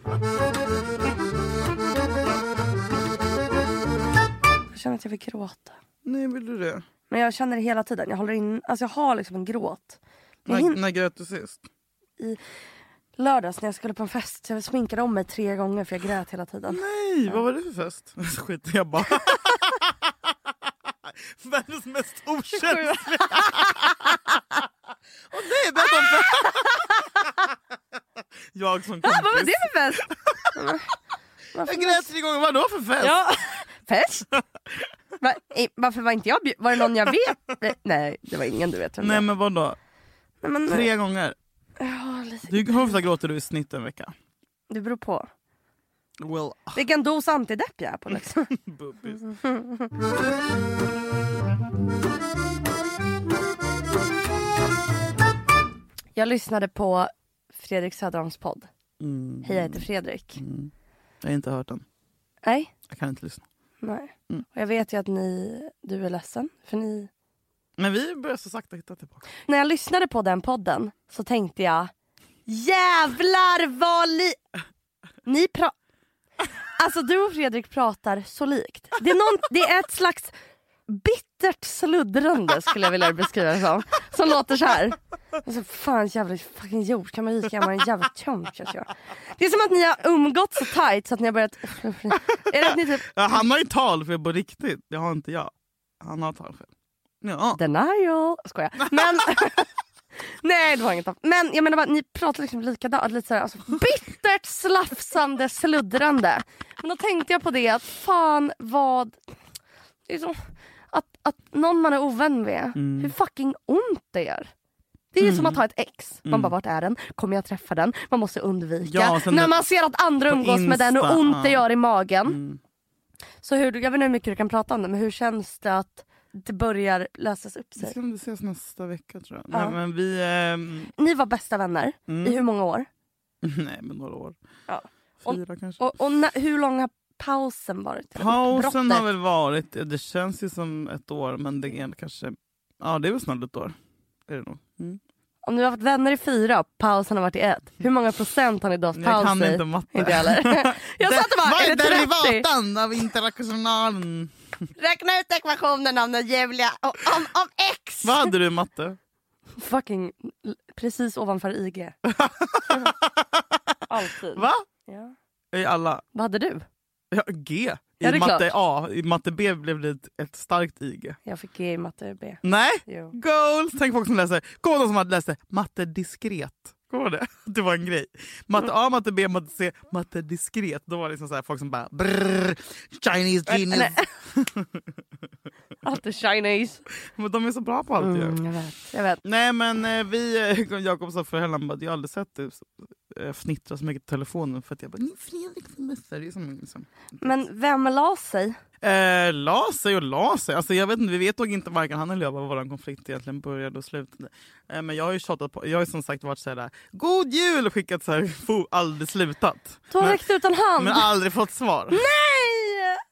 Jag känner att jag vill gråta.
Nej, vill du det?
Men jag känner det hela tiden. Jag håller in, alltså jag har liksom en gråt. Men
När,
hin-
när grät du sist?
lördags när jag skulle på en fest, jag sminkade om mig tre gånger för jag grät hela tiden.
Nej, vad var det för fest? Skit jag bara. Världens mest okänsliga. Åh nej, berätta om det. Jag som
Ah, vad var
kompis.
det för fest? Varför
Jag grät tre gånger, vadå för fest?
Ja, fest? Va, i- varför var inte jag bjud- Var det någon jag vet? Nej, det var ingen du vet vem det
Nej
är.
men vadå?
Nej, men,
Tre gånger?
Ja, lite.
Du, hur ofta gråter du i snitt en vecka?
Det beror på.
Well, ah,
Vilken dos antidepp jag är på liksom.
bubbis.
Jag lyssnade på Fredrik Söderholms podd. Hej jag heter Fredrik.
Jag har inte hört den.
Nej,
Jag kan inte lyssna.
nej.
Mm.
Och jag vet ju att ni, du är ledsen. För ni...
Men vi börjar så sakta hitta tillbaka.
När jag lyssnade på den podden så tänkte jag Jävlar vad li... Ni pra... Alltså du och Fredrik pratar så likt. Det är, någon, det är ett slags bittert sluddrande skulle jag vilja beskriva det som. Som låter så här. Alltså, fan jävla fucking jord kan man lika gärna vara en jävla tönt. känns jag. Det är som att ni har umgått så tight så att ni har börjat... Är det att ni typ...
Ja, han har ju talfel på riktigt, det har inte jag. Han har talfel. Ja.
Denial. Skojar. Men... Nej det var inget av. Men jag menar bara, ni pratar liksom likadant. Lite såhär, alltså, bittert slafsande sluddrande. Men då tänkte jag på det att fan vad... Det är som att, att någon man är ovän med,
Mm.
hur fucking ont det gör. Det är ju som att ha ett ex. Man bara, vart är den? Kommer jag träffa den? Man måste undvika.
Mm. Ja, sen
När
det-
man ser att andra
på
umgås med den, hur
Insta,
ont det
ja.
gör i magen.
Mm.
Så hur, jag vet inte hur mycket du kan prata om det, men hur känns det att det börjar lösas upp
Vi
sig?
ska väl ses nästa vecka tror jag.
Ja.
Nej, men vi... ehm,
Ni var bästa vänner
mm.
i hur många år?
Nej men några år.
Ja.
Fyra kanske.
Och, och när, hur lång har pausen varit?
Pausen
Brottet.
har väl varit, det känns ju som ett år men det är kanske, ja det är väl snart ett år. Är det nog. Mm.
Om ni har varit vänner i fyra och pausen har varit i ett, hur många procent har ni då haft
Jag
paus
kan
i?
inte matte.
Inte jag heller. Jag satt och bara,
Vad
är det 30?
derivatan av interrationalen?
Räkna ut ekvationen om den ljuvliga, om, om, om x!
Vad hade du i matte?
Fucking l- precis ovanför IG. Alltid.
Va?
Ja.
I alla,
Vad hade du?
ja, G. I
Ja, det är
matte A, i matte B blev det ett, ett starkt IG.
Jag fick G i matte B.
Nej,
Jo.
goals! Tänk folk som läser, kommer de som hade läst det? matte diskret? Kommer det? Det var en grej. Matte A, matte B, matte C, matte diskret. Då var det liksom så här, folk som bara brrr, Chinese genius.
Allt är Chinese.
Men de är så bra på allt ju.
Mm, jag vet. Jag vet.
Nej men eh, vi, eh, Jakob sa förra helgen att jag aldrig sett dig eh, fnittra så mycket i telefonen för att jag bara "Ni Fredrik som messar", det är som liksom.
Men vem la sig?
eh, La sig och la sig. Alltså, jag vet inte, vi vet nog inte varken han eller jag var vår konflikt egentligen började och slutade. Eh, men jag har ju tjatat på, jag har ju som sagt varit såhär God Jul och skickat såhär, fo- aldrig slutat.
Du har
Men-
räckt ut en hand.
Men aldrig fått svar.
Nej!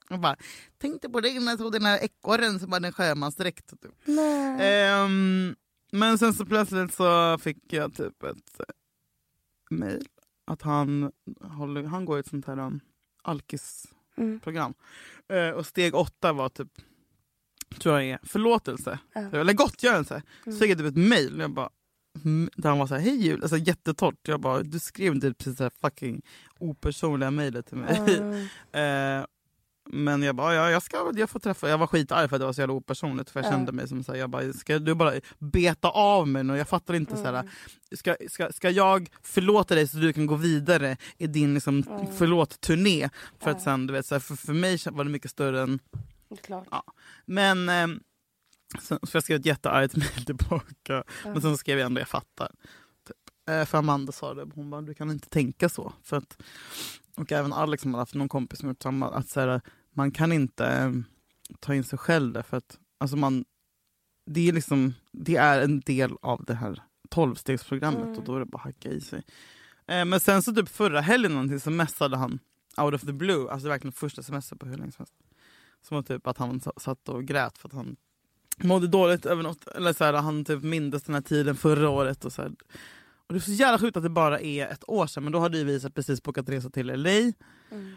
Jag bara, tänkte på det innan jag såg den här ekorren som hade en sjömansdräkt. Typ.
Nej.
Ehm, men sen så plötsligt så fick jag typ ett eh, mejl att han, håller, han går i ett sånt här um, alkisprogram.
Mm.
Eh, och steg åtta var typ, tror jag är, förlåtelse.
Ja.
Eller gottgörelse.
Mm.
Så fick jag typ ett mejl och jag bara, mm, där han var så här, hej jul, alltså jättetort. Jag bara, du skrev inte precis det här fucking opersonliga mejlet till mig.
Mm.
Eh, men jag bara, ja, jag, ska, jag får träffa, jag var skitarg för att det var så jävla opersonligt för jag
Ja.
kände mig som såhär, jag bara, ska du bara beta av mig nu? Jag fattar inte
Mm.
såhär, ska, ska, ska jag förlåta dig så du kan gå vidare i din liksom,
Mm.
förlåt-turné? För att
Ja.
sen, du vet, såhär, för, för mig var det mycket större än,
Det är klart.
men eh, Sen, så jag skrev ett jätteargt mejl tillbaka. Men sen skrev jag ändå jag fattar. Typ. Eh, För Amanda sa det, hon bara du kan inte tänka så. För att, och även Alex som hade haft någon kompis som gjort samma. Att så här, man kan inte eh, ta in sig själv där. För att, alltså man, det, är liksom, det är en del av det här tolvstegsprogrammet och då är det bara att hacka i sig. Eh, Men sen så typ förra helgen någonting så messade han out of the blue. Alltså det är verkligen första semester på hur länge som helst. Som var typ att han sa- satt och grät för att han mådde dåligt över något. Eller så här, han typ mindes den här tiden förra året. Och så här. Och det är så jävla sjukt att det bara är ett år sedan. Men då hade ju vi så här precis bokat resa till LA.
Mm.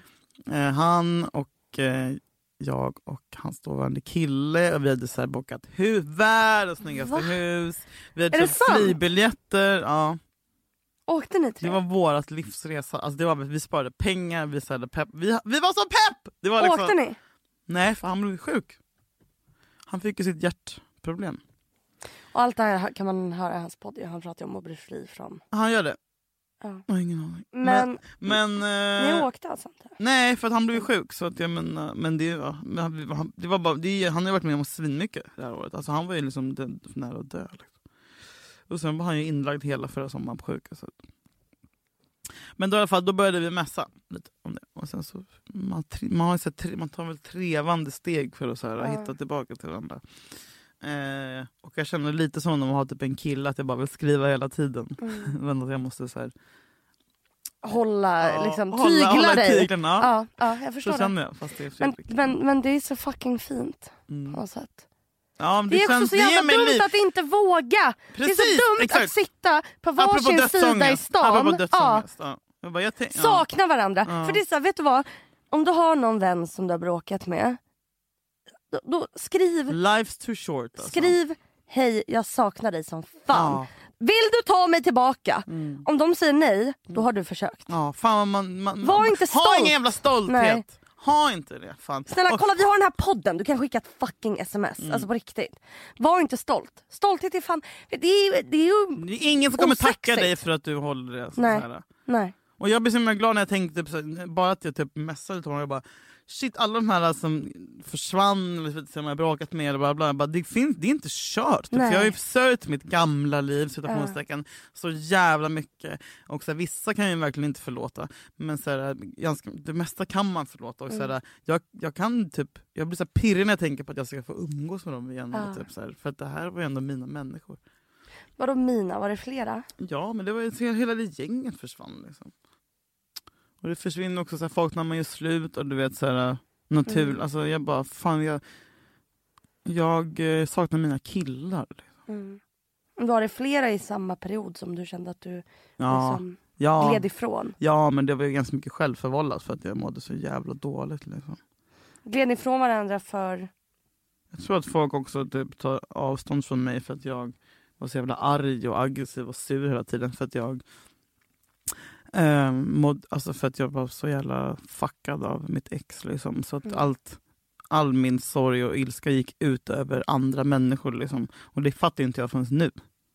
Eh, han och eh, jag och hans dåvarande kille. Och vi hade så här bokat hus, världens snyggaste
Va?
hus. Vi hade
Är det
köpt
sant?
flygbiljetter. Ja.
Åkte ni tre?
Det var vårt livsresa. Alltså det var, vi sparade pengar, vi sälde pepp. Vi, vi var så pepp! Det var liksom,
Åkte ni?
Nej, för han blev sjuk. Han fick ju sitt hjärtproblem.
Och allt det här kan man höra i hans podd. ju. Han pratar ju om att bli fri från...
Han gör det.
Ja.
Jag har ingen aning.
Men,
men, eh,
ni åkte alltså inte?
nej, för att han blev ju sjuk. Så att jag menar, men det, var- men han- han- det var bara, det, är- han har ju varit med om svinmycket det här året. Alltså han var ju liksom död, nära att dö. Liksom. Och sen var han ju inlagd hela förra sommaren på sjukhus. så att- Men då, i alla fall, då började vi mässa lite om det. Och sen så, man, tri- man, har ju så här, tre- man tar väl trevande steg för att så här,
Ja.
hitta tillbaka till varandra. Eh, och jag känner lite som när man har typ en kille, att jag bara vill skriva hela tiden.
Mm.
Men att jag måste så här,
Hålla,
Ja,
liksom,
hålla-
tygla
hålla i
dig?
tyglarna, ja.
Ja, ja, jag förstår
så
det.
känner jag. Fast det typ- är
Men,
Fredrik.
men, men det är så fucking fint på något sätt.
ja, men
Det, är också
känns-
så
det ger
jävla
mig
dumt
liv.
att inte våga. det är
Precis,
så dumt att
exakt.
sitta på
Apropå
varsin sida i
dödsångest. Apropå
stan. Ja,
dödsångest. Ja. Jag bara, jag tänk, ja.
sakna varandra.
Ja.
För det är så här, vet du vad? Om du har någon vän som du har bråkat med. Då, då
Mm.
skriv,
Life's too short. Alltså.
skriv hej jag saknar dig som fan.
Ja. Mm.
Vill du ta mig tillbaka? Om de säger nej, då har du försökt.
Ja, fan vad man, man,
Var
man,
inte
Ha
stolt.
ingen jävla stolthet.
Nej.
Ha inte det. Fan. Mm.
Snälla
Och-
kolla vi har den här podden, du kan skicka ett fucking sms. Alltså på riktigt. Var inte stolt. Stolthet är fan, det är, det är ju...
Det är ingen som kommer tacka
Osexigt.
dig för att du håller det. Mm. Så
Nej.
här.
Nej.
Och jag blir så himla glad när jag tänkte, på så här, bara att jag typ messade till honom, jag bara shit alla de här som försvann, eller som jag har bråkat med, eller bla, bla, jag bara, det, finns, det är inte kört. Typ, För
Nej.
jag har ju sörjt mitt gamla liv citationstecken, så jävla mycket. Och så här, vissa kan jag ju verkligen inte förlåta, men så här, ganska, det mesta kan man förlåta. Och så
Mm.
här, jag, jag, kan typ, jag blir så här pirrig när jag tänker på att jag ska få umgås med dem igen.
Ja.
Typ, så här, för att det här var ju ändå mina människor.
Vadå mina, var det flera?
Ja, men det var ju så hela det gänget försvann. Liksom. Och det försvinner också så här, folk när man gör slut och du vet så här, äh, natur.
Mm.
Alltså jag bara, fan jag, jag eh, saknar mina killar. liksom.
Mm. Var det flera i samma period som du kände att du
Ja,
liksom
ja,
gled ifrån?
ja, men det var ju ganska mycket självförvållat för att jag mådde så jävla dåligt. Liksom.
Gled ifrån varandra för...
Jag tror att folk också typ, tar avstånd från mig för att jag var så jävla arg och aggressiv och sur hela tiden för att jag eh, måd, alltså för att jag var så jävla fuckad av mitt ex. Liksom. Så att
Mm.
allt, all min sorg och ilska gick ut över andra människor. Liksom. Och det fattar ju inte jag förrän nu.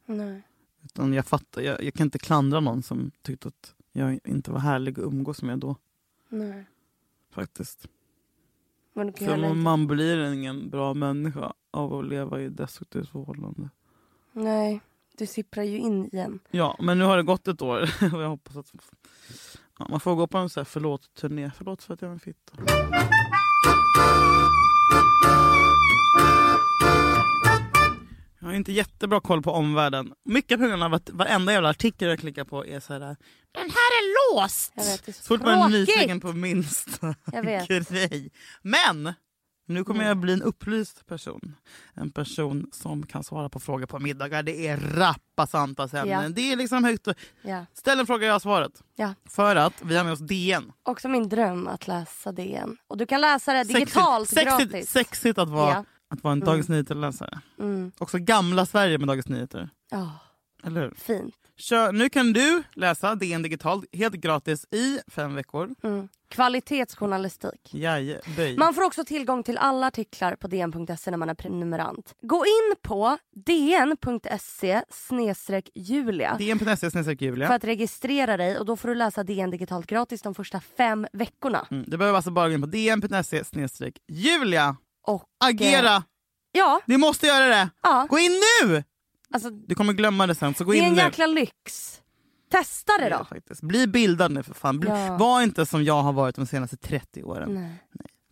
Nej.
Utan jag, fattar, jag, jag kan inte klandra någon som tyckte att jag inte var härlig att umgås med då.
Nej.
faktiskt.
Men du kan ju
För
heller
man,
inte...
man blir ingen bra människa av att leva i ett destruktivt förhållande.
Nej. Du sipprar ju in igen.
Ja, men nu har det gått ett år och jag hoppas att ja, man får gå på en så här förlåt-turné. Förlåt för att jag är en fitta. Jag har inte jättebra koll på omvärlden. Mycket på grund av att varenda jävla artikel jag klickar på är så här. eh, Den här är låst!
Jag vet, det är så
så fort man är
tråkigt.
nyfiken på minsta
Jag vet. Mm.
grej. Men! Nu kommer jag bli en upplyst person. En person som kan svara på frågor på middagar. Det är rappa samtalsämnen.
Ja.
Det är liksom högt och...
Ja.
Ställ en fråga, jag har svaret.
ja.
För att vi har med oss DN.
Också min dröm att läsa DN. Och du kan läsa det
Sexigt-
digitalt
sexigt,
gratis.
Sexigt att vara,
Ja.
att vara en Dagens Nyheter-läsare.
Mm.
Också gamla Sverige med Dagens Nyheter.
Ja,
Eller hur?
fint.
Kör, nu kan du läsa DN digitalt helt gratis i fem veckor.
Mm. Kvalitetsjournalistik.
Jaje, böj.
Man får också tillgång till alla artiklar på dn.se när man är prenumerant. Gå in på dn.se julia
DN.se E snedstreck
för
Julia.
att registrera dig och då får du läsa DN digitalt gratis de första fem veckorna.
Mm, du behöver alltså bara gå in på DN.se snedstreck E Julia.
Och, eh,
Agera!
Ja,
Du måste göra det!
ja.
Gå in nu!
Alltså,
Du kommer glömma det sen, så gå
det är
in
en
nu.
jäkla lyx. Testa det då.
Faktiskt. Bli bildad nu för fan. Bli,
Ja.
Var inte som jag har varit de senaste 30 åren.
Nej.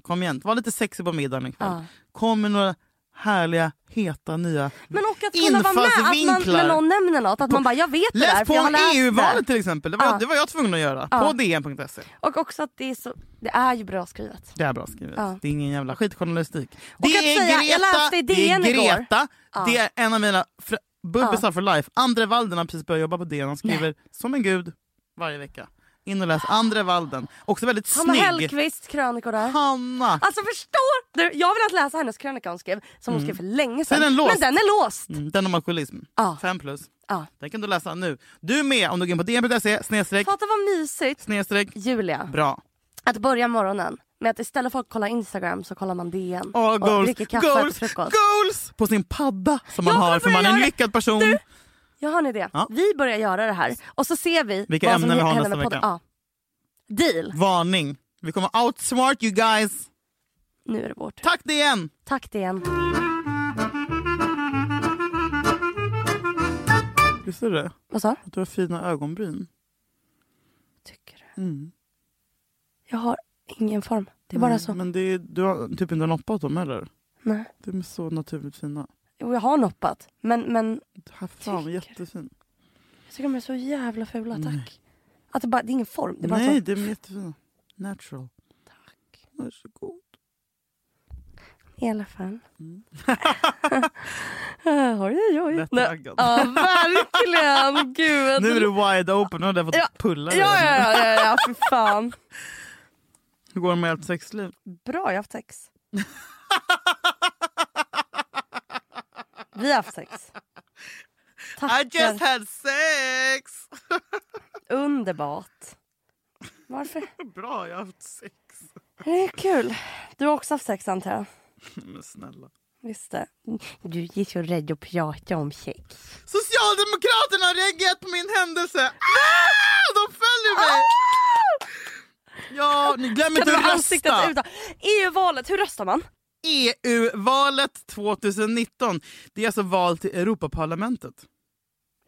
Kom igen, var lite sexig på middagen ikväll.
Ja.
Kom med några härliga, heta, nya...
Men och att kunna vara med, att man,
Infallsvinklar.
när någon nämner något, att man bara jag vet det där
Läs
för jag
på
har läst
EU-valet
det.
till exempel. Det var,
Ja.
det var jag tvungen att göra.
Ja.
På DN.se.
Och också att det är så, det är ju bra skrivet.
Det är bra skrivet.
Ja.
Det är ingen jävla skitjournalistik.
Och
det,
att
är
säga, jag läste i
det är
DN igår.
Greta,
Ja.
det är en av mina fr- bubbisar for life. Andre Walden har precis börjat jobba på DN. Han skriver som en gud varje vecka. In och läs Andre Walden. Också väldigt
Hanna
snygg.
Hellquist krönikor där.
Hanna!
Alltså förstår du? Jag vill att läsa hennes krönika hon skrev, som hon skrev för länge sedan.
Mm. Den är låst.
Men den är låst.
Mm, den om alkoholism.
Ja.
Fem plus.
Ja.
Den kan du läsa nu. Du är med om du går in på DN.se snedstreck,
Fatta vad mysigt.
snedstreck,
Julia,
bra.
att börja morgonen med att istället för att kolla Instagram så kollar man DN
Åh,
och
goals,
dricker kaffe och
goals,
äter frukost.
goals! På sin padda som man
Jag
har
kommer
för man är
börja
en
göra-
lyckad person.
Du, Jag har en idé.
Ja.
Vi börjar göra det här och så ser vi
Vilka
vad som
ämnen vi har
händer
nästa
med podden.
vecka.
Ja. Deal.
Varning. Vi kommer outsmart you guys.
Nu är det vår tur.
Tack DN!
Tack DN.
Visste du det?
Vad sa
Att du har fina ögonbryn.
Tycker du?
Mm.
Jag har ingen form. Det är bara
Nej,
så.
Men det är, du har typ inte noppat dem heller.
Nej.
De är så naturligt fina.
Jo, jag har noppat. Men, men
Här fram,
Tycker.
jättefin.
jag tycker de är så jävla fula. Tack. Att det, bara, det är ingen form. Det är bara
Nej,
så.
de är jättefina. Natural. Tack. Varsågod.
I alla fall. Mm. oj, oj, oj. Nej.
Lättraggad.
Ja, verkligen. Gud.
Nu är du wide open. Nu har du fått
Ja.
pulla
Ja,
dig.
ja, ja, ja, ja, för fan.
Hur går det med ert sexliv?
Bra, jag har haft sex. Vi har haft sex. Tack. för-
had sex!
Underbart. Varför?
Bra, jag har haft sex.
Det är kul. Du har också haft sex antar jag?
Men snälla.
Visst det. Du är så rädd att prata om sex.
Socialdemokraterna har reagerat på min händelse! Ah! De följer mig! Ja, ni glöm inte
Kan Ah! du ha
att
ansiktet
rösta!
utåt? EU-valet, hur röstar man?
EU-valet 2019. E Det är alltså val till Europaparlamentet.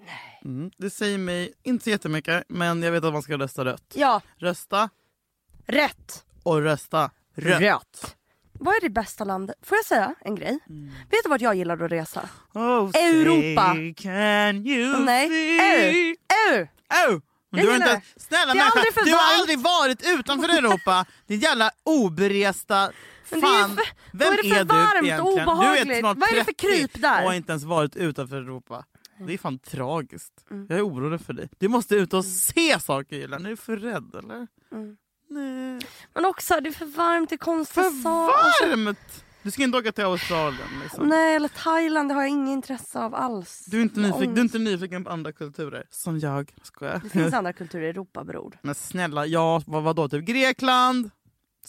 Nej. Mm. Det säger mig inte så jättemycket, men jag vet att man ska rösta rött.
Ja,
Rösta
rätt.
och rösta rött.
Vad är det bästa landet? Får jag säga en grej? Vet du vart jag gillar att resa?
Oh,
Europa.
say, Can you
Nej,
see?
EU. EU.
Oh. Men
Jag
du har, inte,
gillar
ens- snälla
Det är
människa,
aldrig för
du har
varmt.
aldrig varit utanför Europa. Din jävla oberesta
Men det är ju
fan.
för-
Vem
då är det för
är du
varmt och
egentligen? Du
obehagligt.
är snart
Vad är det för
30
kryp där?
och har inte ens varit utanför Europa. Det är fan tragiskt.
Mm.
Jag är orolig för dig. Du måste ut och se saker Julian. Är du för rädd eller? Nej.
Men också, det är för varmt, det är konstiga
För
saker.
varmt! Du ska inte åka till Australien. Liksom.
Nej, eller Thailand, det har jag inget intresse av alls.
Du, är inte nyfiken,
Ångest.
du är inte nyfiken på andra kulturer. Som jag. Skojar.
Mm. Det finns andra kulturer i Europa bror.
Men snälla, ja, vad, vadå? Typ Grekland,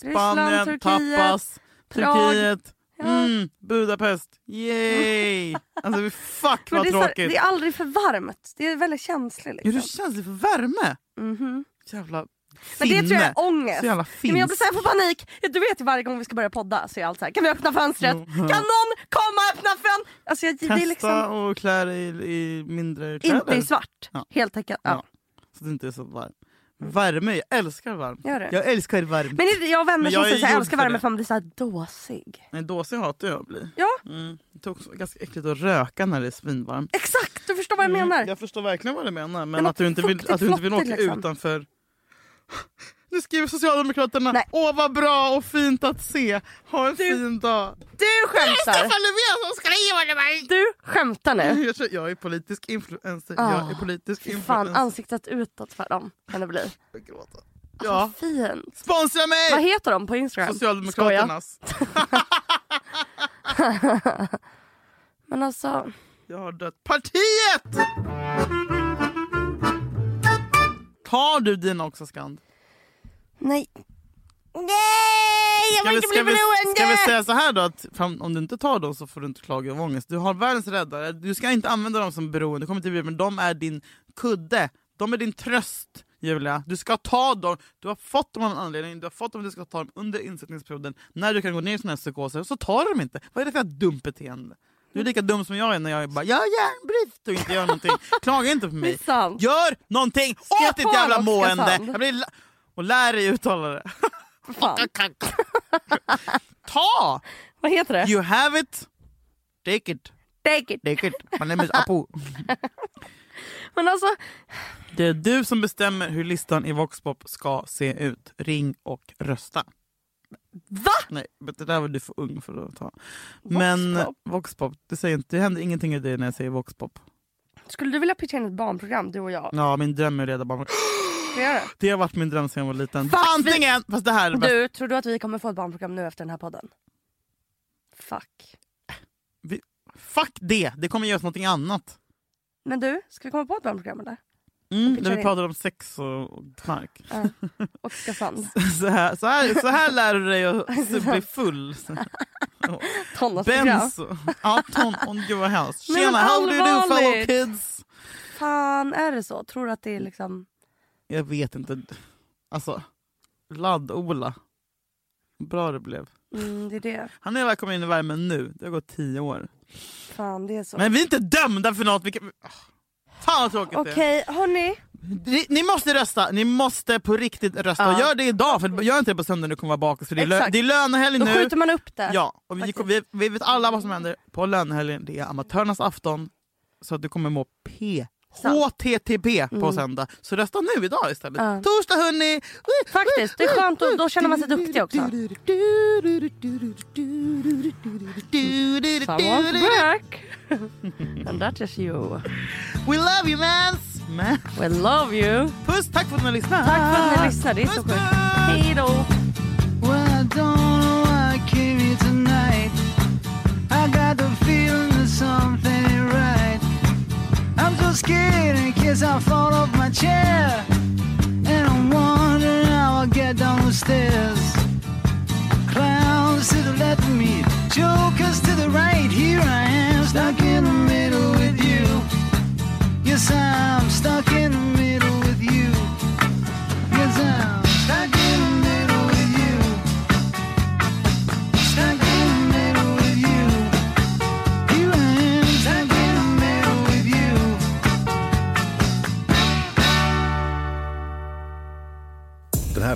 Ryssland,
Spanien,
Turkiet,
tapas,
Prag.
Turkiet,
Ja.
mm, Budapest. Yay! alltså fuck
Men
vad
det, är så här,
tråkigt.
det är aldrig för varmt. Det är väldigt känsligt.
Är
Liksom.
du känslig för värme?
Mhm.
Jävla
Men
finne.
det tror jag är ångest.
Så jävla
Nej,
finsk.
Men jag blir såhär, jag får panik. Du vet ju varje gång vi ska börja podda så är jag alltid såhär, kan vi öppna fönstret? Kan någon komma och öppna fönstret? Alltså jag, det
Mm, Testa
är liksom
och klä dig i, i mindre kläder.
inte i svart.
Ja.
Helt enkelt. Ja.
Så det inte är så varmt. Värme, jag älskar varmt.
Gör det.
Jag älskar varmt.
Men det- jag har vänner
Men jag
som
är
säger såhär,
gjord
jag älskar
för
värme
det. Mm.
för man blir såhär dåsig.
Men dåsig hatar jag att bli.
Ja.
Mm. Det är också ganska äckligt att röka när det är svinvarmt.
Exakt, du förstår vad jag menar.
Mm. Jag förstår verkligen vad du menar, men
Men
att du inte vill,
fuktigt,
att du inte vill åka
flottigt, liksom.
utanför... Nu skriver Socialdemokraterna
Nej.
Åh vad bra och fint att se, ha en fin dag.
Du skämtar!
Löfven som skriver det mig! Mm.
Du skämtar nu.
Jag, tror, jag är politisk influencer.
Ah.
Jag är politisk
Fy Fan,
influencer.
ansiktet utåt för dem kan det bli.
Jag gråter.
Ja.
Ja.
Fint.
Sponsra
Vad
mig!
heter de på Instagram? Skoja.
Socialdemokraternas.
Men alltså,
Jag har dött. Partiet! Tar du dina också Skand?
nej. Nej, jag vill
vi,
inte bli
vi, ska vi
beroende!
säga så här då, att fram, om du inte tar dem så får du inte klaga om ångest. Du har världens räddare, du ska inte använda dem som beroende, du kommer inte bli, men de är din kudde, de är din tröst. Julia. Du ska ta dem, du har fått dem av en anledning, du har fått dem, du ska ta dem under insättningsperioden. När du kan gå ner i såna här psykoser, så tar du dem inte. Vad är det för ett dumt beteende? Du är lika dum som jag är när jag bara “jag har järnbrist” och inte gör någonting. Klaga inte på mig.
Det är sant.
Gör någonting
jag
åt ditt
ta
jävla
dem,
mående!
Oskarshamn?
Jag blir la- och lär dig uttala det.
Fan.
Ta!
Vad heter det?
You have it, take it,
Take it.
take it. My name is Apu.
Men alltså,
Det är du som bestämmer hur listan i Voxpop ska se ut. Ring och rösta. Va? Nej, men det där var du för ung för att ta. Men
Voxpop?
Voxpop, det, säger inte, det händer ingenting i det när jag säger Voxpop.
skulle du vilja pitcha in ett barnprogram, du och jag?
Ja, min dröm är att reda barn.
Ska vi göra det?
Det har varit min dröm sedan jag var liten.
Fast vi-
Antingen! Fast det här är det bästa.
Du, tror du att vi kommer få ett barnprogram nu efter den här podden? Fuck.
Fuck det! Det kommer göras någonting annat.
Men du, ska vi komma på ett barnprogram eller?
Mm,
pitchar
där vi
in.
pratar om sex och och knark.
Oskarshamn.
Så här, så, här, så här lär du dig att bli full.
Tonårsprogram.
Benzo. Ja, ton, oh, gud vad hemskt.
Nej, Alltså, men
Tjena, how do you do fellow
allvarligt.
kids?
Fan, är det så? Tror du att det är liksom...
Jag vet inte. Alltså, Ladd-Ola. Bra det blev.
Mm, det är det.
Han är välkommen in i värmen nu. Det har gått tio år.
Fan, det är så.
Men vi är inte dömda för något! Vi kan... Ah, Fan vad tråkigt det är.
Okej, hörni.
Ni, ni måste rösta! Ni måste på riktigt rösta.
Ja.
Gör det idag, för gör inte det på söndag när du kommer vara bakis. För det är, lö-
Exakt.
det är lönehelg
Då
nu.
skjuter man upp det.
Ja, och vi,
Faktiskt.
vi, vi vet alla vad som händer på lönehelgen. Det är amatörernas afton. Så att du kommer må P. HTTP på söndag. Så rösta nu idag istället.
Mm. Ja.
Torsdag hörni!
Faktiskt, det är skönt och då känner man sig duktig också. Someone's back. And that is you.
We love you mans! Men,
We love you.
puss, tack för att ni har lyssnat!
Tack för att ni lyssnade, det är så
Puss,
sjukt.
puss!
Hej då.
Well, I don't know why I came here tonight. I got the feeling that something ain't right. I'm so scared in case I fall off my chair. And I'm wondering how I'll get down the stairs. Clowns to the left of me, jokers to the right. Here I am, stuck in the middle with you. Yes, I'm stuck in the middle with you. Yes, I'm stuck in the middle with you. Stuck in the middle with you. Here I am, stuck in the middle with you.
Den här